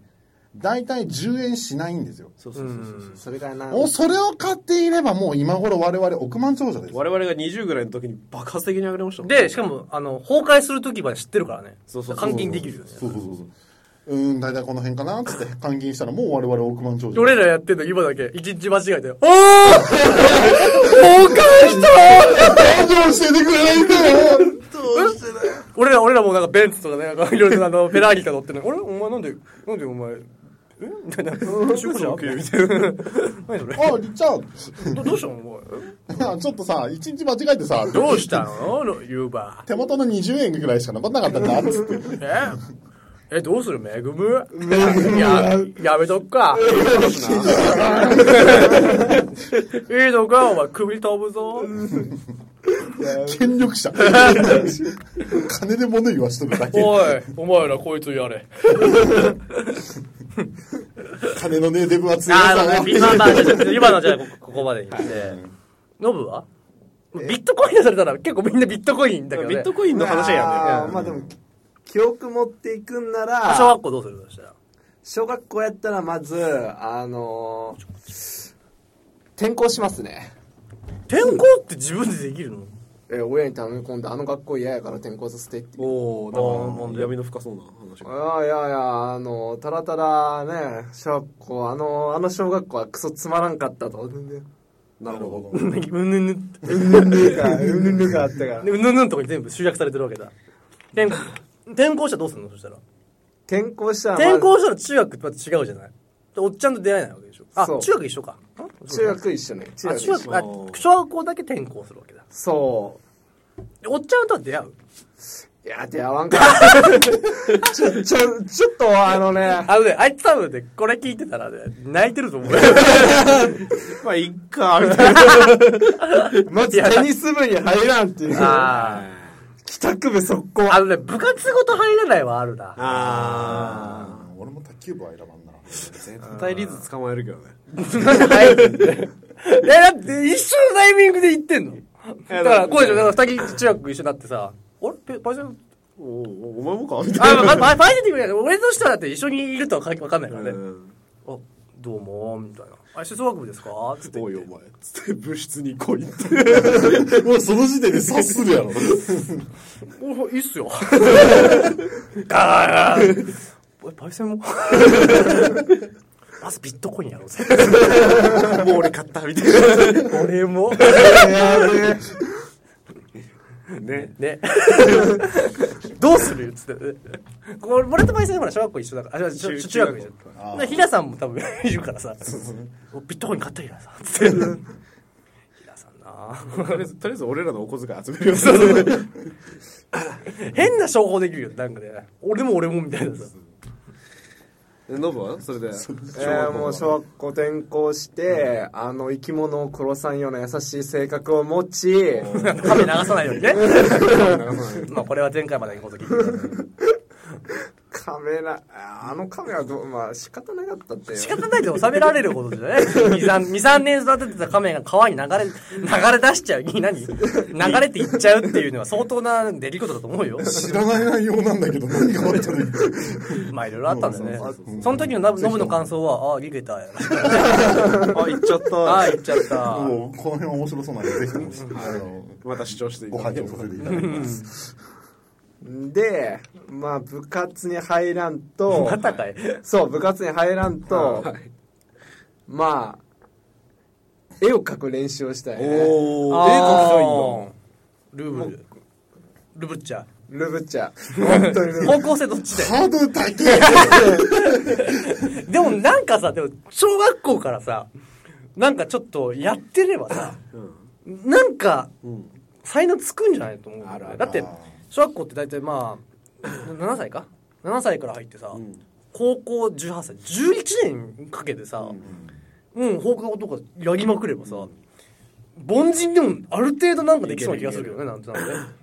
Speaker 3: 大体10円しないんですよ
Speaker 4: そうそうそうそう。
Speaker 5: それからな、
Speaker 3: おそれを買っていればもう今頃我々億万長者です
Speaker 4: 我々が20ぐらいの時に爆発的に上がりましたもん。
Speaker 1: で、しかも、あの、崩壊するときまで知ってるからね。
Speaker 4: そうそうそう
Speaker 1: 換金できるよね。
Speaker 3: そうそうそうそう。うーん、大体この辺かなっつって、換金したらもう我々億万長者。
Speaker 1: 俺らやってんの今だけ、一日間違えて、おー崩壊した
Speaker 3: どうしててくれないんだよ
Speaker 1: 俺ら、俺らもなんかベンツとかね、なんかいろいろあの、フェラーリか乗ってるのに、あれお前なんで、なんでお前、えみたいな。中古車みたいな。何それ
Speaker 3: あ、りっちゃん
Speaker 1: どどうしたのお前。
Speaker 3: いや、ちょっとさ、一日間違えて さ、
Speaker 1: どうしたのユーバ
Speaker 3: 手元の20円ぐらいしか残んなかったんだ、つって。
Speaker 1: ー。ええ、どうするめぐむや、やめとくか。いいのかお前、首飛ぶぞ。
Speaker 3: 権力 者。金で物言わしとるだけ。
Speaker 1: おい、お前らこいつやれ。
Speaker 3: 金のねえデブは強い
Speaker 1: ああ、
Speaker 3: さ。
Speaker 1: 今のじゃ、今のじゃ、こここまでにして。ノブはビットコイン出されたら結構みんなビットコインだけどね。
Speaker 4: ビットコインの話やん
Speaker 5: あー
Speaker 4: ね。
Speaker 5: まあでも、記憶持っていくんな
Speaker 1: 小
Speaker 5: ら、
Speaker 1: 学校どうするとしたら。
Speaker 5: 小学校やったらまず、あのー転校しますね。
Speaker 1: 転校って自分でできるの
Speaker 5: えー親に頼み込んで、あの学校嫌やから転校させてっていう。
Speaker 4: お
Speaker 1: あー
Speaker 4: お
Speaker 1: な
Speaker 4: なんん
Speaker 1: で
Speaker 4: か闇の深そうな話が。
Speaker 5: ああ、いやいや、あのーたらたらね、小学校、あのーあの小学校はクソつまらんかったと。
Speaker 3: なるほ
Speaker 1: う
Speaker 3: ど。
Speaker 1: んぬんぬんって
Speaker 5: うんぬんぬが、うんぬんぬがあったから
Speaker 1: で。うんぬんぬんとかに全部集約されてるわけだ転転校したらどうするのそしたら
Speaker 5: 転校したら、
Speaker 1: 転校したら中学ってまた違うじゃないでおっちゃんと出会えないわけでしょあ
Speaker 5: そう
Speaker 1: 中学一緒かん
Speaker 5: 中学一緒ね。中
Speaker 1: あ
Speaker 5: 学
Speaker 1: 中
Speaker 5: 一緒。
Speaker 1: 学あ小学校だけ転校するわけだ
Speaker 5: そ
Speaker 1: でおっちゃんとは出会う
Speaker 5: う。いや、出会わんか。 ちょ、ちょ、ちょっと、あのね、
Speaker 1: あのねあいつ多分ねこれ聞いてたらね泣いてると思うよ
Speaker 6: まあ、いっか、みたいな。
Speaker 5: まずテニス部に入らんっていう。
Speaker 1: あ
Speaker 5: 帰宅部速
Speaker 1: ー
Speaker 5: 攻。
Speaker 1: あのね部活ごと入れないはあるな
Speaker 6: あ
Speaker 3: あ俺も卓球部は選ばんな。
Speaker 6: あ。絶対リズ捕まえるけどね。
Speaker 1: ないえ、だって一緒のタイミングで行ってんのだから、こうでしょ、だから二人中学一緒になってさ、あれペパイセン、
Speaker 6: おおお前もかみたい
Speaker 1: あ、
Speaker 6: な。
Speaker 1: ま、 ま、パイセンって言うけど、俺としてはだって一緒にいるとはかわかんないからね。
Speaker 6: うん
Speaker 1: あ、どうも、みたいな。あ、吹奏楽部ですかつって
Speaker 6: おい
Speaker 1: 言
Speaker 6: お
Speaker 1: っ
Speaker 6: 前つって部室に来いって
Speaker 3: もうその時点で察するやろ。
Speaker 1: て。おいい っすよ。ガーッおいパ イセンもまずビットコインやろ うぜ。
Speaker 6: もう俺買ったみたい
Speaker 1: 俺も。
Speaker 5: やべえ
Speaker 6: なね
Speaker 1: ね。 どうするつって。これ、俺とパイセンほら小学校一緒だから、あ、中中学一緒。
Speaker 3: あー
Speaker 1: で、ヒラさんも多分いるからさ、おビットコイン買ったヒラさん。つって。ヒラさんな
Speaker 6: とりあえずとりあえず俺らのお小遣い集めるよ
Speaker 1: 変な商法できるよ、なんかね。俺も俺もみたいなさ。
Speaker 6: ノブはそれで
Speaker 5: えー、もう小学校転校して、あの生き物を殺さんような優しい性格を持ち、
Speaker 1: 亀流さないようにね。まあ、これは前回までのこと聞いて
Speaker 5: カメラ、あのカメラどう、まあ仕方なかったって。
Speaker 1: 仕方ないで収められることじゃない ?2、3、二三年育ててた亀が川に流れ、流れ出しちゃう。何流れていっちゃうっていうのは相当な出来事だと思うよ。
Speaker 3: 知らない内容なんだけど、何があったの
Speaker 1: まあいろいろあったんだね
Speaker 3: そうそうそう。
Speaker 1: その時のノブノブの感想は、ああ、逃 げたや。
Speaker 6: あ行っちゃっ
Speaker 1: あ
Speaker 6: た
Speaker 1: あ、行っちゃった。
Speaker 3: もう、この辺は面白そうなんで、ぜひとも、あの、
Speaker 6: また主張していい
Speaker 3: ご拝聴させていただきます。
Speaker 5: で、まあ部活に入らんと
Speaker 1: ま、たかい。
Speaker 5: そう、部活に入らんと、まあ、絵を描く練習をしたい、ね。
Speaker 6: おお
Speaker 1: あールーブル。ルブッチャ。
Speaker 5: ルブチャ。本当にルブ
Speaker 1: 方向性どっちだよ。
Speaker 3: ハードル高い
Speaker 1: でもなんかさ、でも小学校からさ、なんかちょっとやってればさ、なんか、才能つくんじゃないと思うんだよねだって、小学校って大体まあ、7歳か ?7 歳から入ってさ、高校18歳、11年かけてさ、うん、放課後とかやりまくればさ、凡人でもある程度なんかできそうな気がするけどね、なんてなんで。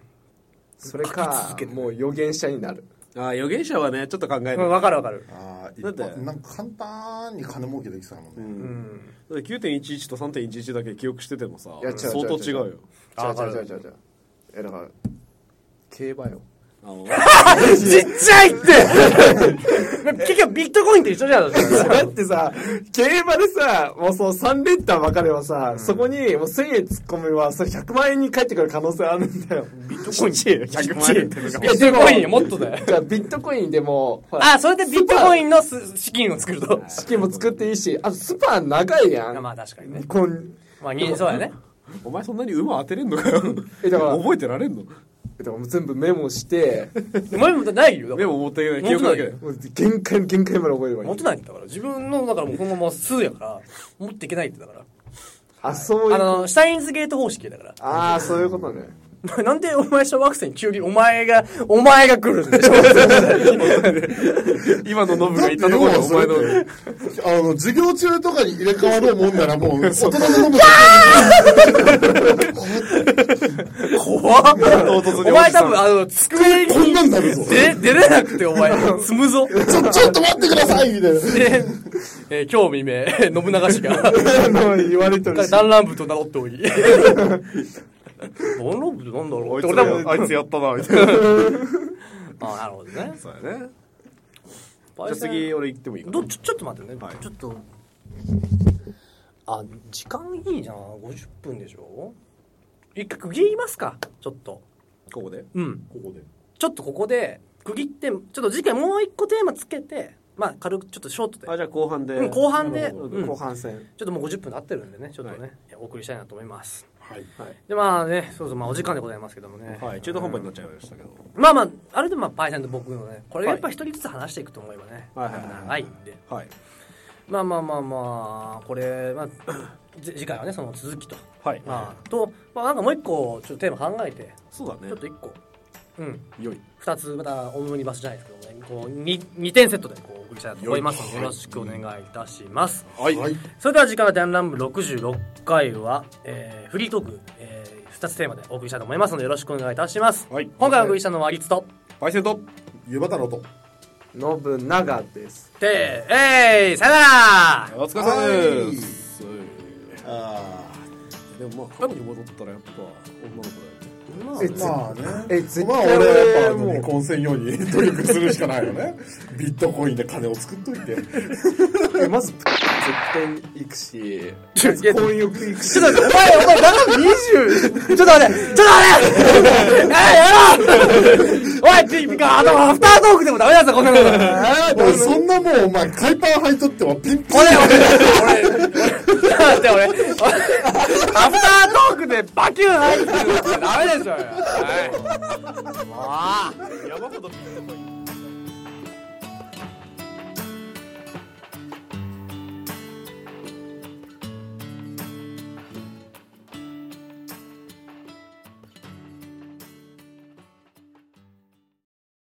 Speaker 5: それか
Speaker 1: 描き続け、る
Speaker 5: もう予言者になる。
Speaker 6: あー予言者はねちょっと考え
Speaker 1: うん、
Speaker 6: ない
Speaker 1: わかるわかる。
Speaker 3: あー
Speaker 6: だって
Speaker 3: なんか簡単に金儲けできそうやもんね。
Speaker 1: うん。
Speaker 6: 9.11と3.11だけ記憶しててもさ
Speaker 5: いや違う
Speaker 6: 相当違うよ
Speaker 5: 違
Speaker 1: あ
Speaker 5: う違う違う違う違う。え、だから、競馬よ。
Speaker 6: あの
Speaker 1: ちっちゃい って結局ビットコインと一緒じゃん。
Speaker 5: だってさ、競馬でさ、もうその3連単分かればさ、そこにもう1000円突っ込めば、それ100万円に返ってくる可能性あるんだよ。
Speaker 1: ビットコイン100
Speaker 6: 万円ってのが
Speaker 1: ビットコインよ、もっとだよ。
Speaker 5: じゃあビットコインでも、ほら、
Speaker 1: あ、それでビットコインのす資金を作ると。
Speaker 5: 資金も作っていいし、あとスパン長いやん。
Speaker 1: まあ確かにね。
Speaker 5: こん
Speaker 1: まあ人そうやね。
Speaker 6: お前そんなに馬当てれんのかよ
Speaker 5: えだから
Speaker 6: 覚えてられんの
Speaker 5: だからもう全部メモ して、
Speaker 1: お前もないよ。だか
Speaker 6: で
Speaker 1: ら
Speaker 6: も持っていけない記憶だけだよ
Speaker 5: もう限界の限界まで覚えればい
Speaker 1: 持
Speaker 5: い
Speaker 1: て。ないんだから。自分の、だからもうこのまま数やから、持っていけないってだから。
Speaker 5: あ、そうい
Speaker 1: あ
Speaker 5: う。
Speaker 1: の、シュタインズゲート方式だから。
Speaker 5: ああ、そういうことね。
Speaker 1: なんでお前小学生に急にお前が、お前が来るんでしょ
Speaker 6: 今のノブが言ったところでお前の
Speaker 3: あの、授業中とかに入れ替わろうもんなら、もう、大人のもの
Speaker 1: 怖っお前多分、あの、机に。
Speaker 3: こんなんなるぞ
Speaker 1: で、出れなくてお前、積むぞ。
Speaker 3: ちょ、ちょっと待ってくださいみたいな。
Speaker 1: で、えー今日未明、信長氏が、
Speaker 5: あの言われてるし。
Speaker 1: 団らん部と名乗っており。 団らん部ってなんだろうって俺多分、
Speaker 6: あいつやったなみたいな
Speaker 1: ああ、なるほどね。
Speaker 6: そうだね
Speaker 1: じ
Speaker 6: じゃあ次俺行ってもいいかな
Speaker 1: ど、ちょ、ちょっと待ってね。
Speaker 6: はい
Speaker 1: ちょっと。あ、時間いいな50分でしょ一回区切りますかちょっと。
Speaker 6: ここで
Speaker 1: うん。
Speaker 6: ここで
Speaker 1: ちょっとここで、区切って、ちょっと次回もう一個テーマつけて、まあ軽くちょっとショートで
Speaker 4: あ、じゃあ後半で。
Speaker 1: うん後半で、うん
Speaker 5: 後半戦。
Speaker 1: ちょっともう50分経ってるんでねちょっとね、いやお送りしたいなと思います
Speaker 3: はい
Speaker 1: でまあねそうそうまあお時間でございますけどもね、
Speaker 4: はい、中途半端になっちゃいましたけど。
Speaker 1: まあまああれでまあパイセンと僕のねこれやっぱ一人ずつ話していくと思えばね、
Speaker 4: はいはい
Speaker 1: 長いんで
Speaker 4: はい。
Speaker 1: まあまあまあまあこれ、まあ、じ次回はねその続きと、
Speaker 4: はい。
Speaker 1: まあ、と、まあ、なんかもう一個ちょっとテーマ考えて
Speaker 4: そうだね
Speaker 1: ちょっ。と一個うん
Speaker 4: 良い。
Speaker 1: 二つまたオムニバスじゃないですけどねこう二二点セットでこうお送りしたいと思いますのでよろしくお願いいたします
Speaker 4: はい。
Speaker 3: はい
Speaker 1: それでは次回の「ダンランブ66回は」えーフリートーク、え2つテーマでお送りしたいと思いますのでよろしくお願いいたします、
Speaker 4: はい
Speaker 1: 今回お送りしたのはリツと
Speaker 4: パイセント
Speaker 3: 湯畑の音
Speaker 5: 信長です。
Speaker 1: でえいさよなら
Speaker 4: お疲れ様です。
Speaker 3: あ
Speaker 4: でもまあ、彼女戻ったらやっぱ女の子だよね。
Speaker 3: あ
Speaker 5: え、
Speaker 3: まあね
Speaker 5: え絶対
Speaker 3: まあ俺はやっぱ
Speaker 5: もう
Speaker 3: 離婚せんように努力するしかないよね ビットコインで金を作っといて
Speaker 5: えまず、絶対行くし、婚欲行くし、
Speaker 1: お前、お前、だから20。ちょっと待って、ちょっと待ってやれやろおい、君か、あの、アフタートークでもダメだぞ、こんなの。これ、
Speaker 3: 俺そんなもんお前海パン履いとってはピンピン
Speaker 1: 俺、俺、ちょっと待って、俺、俺アフタートークでバキュン入ってくるのってダメでしょうよ。はい。もう。
Speaker 4: 山ほどビ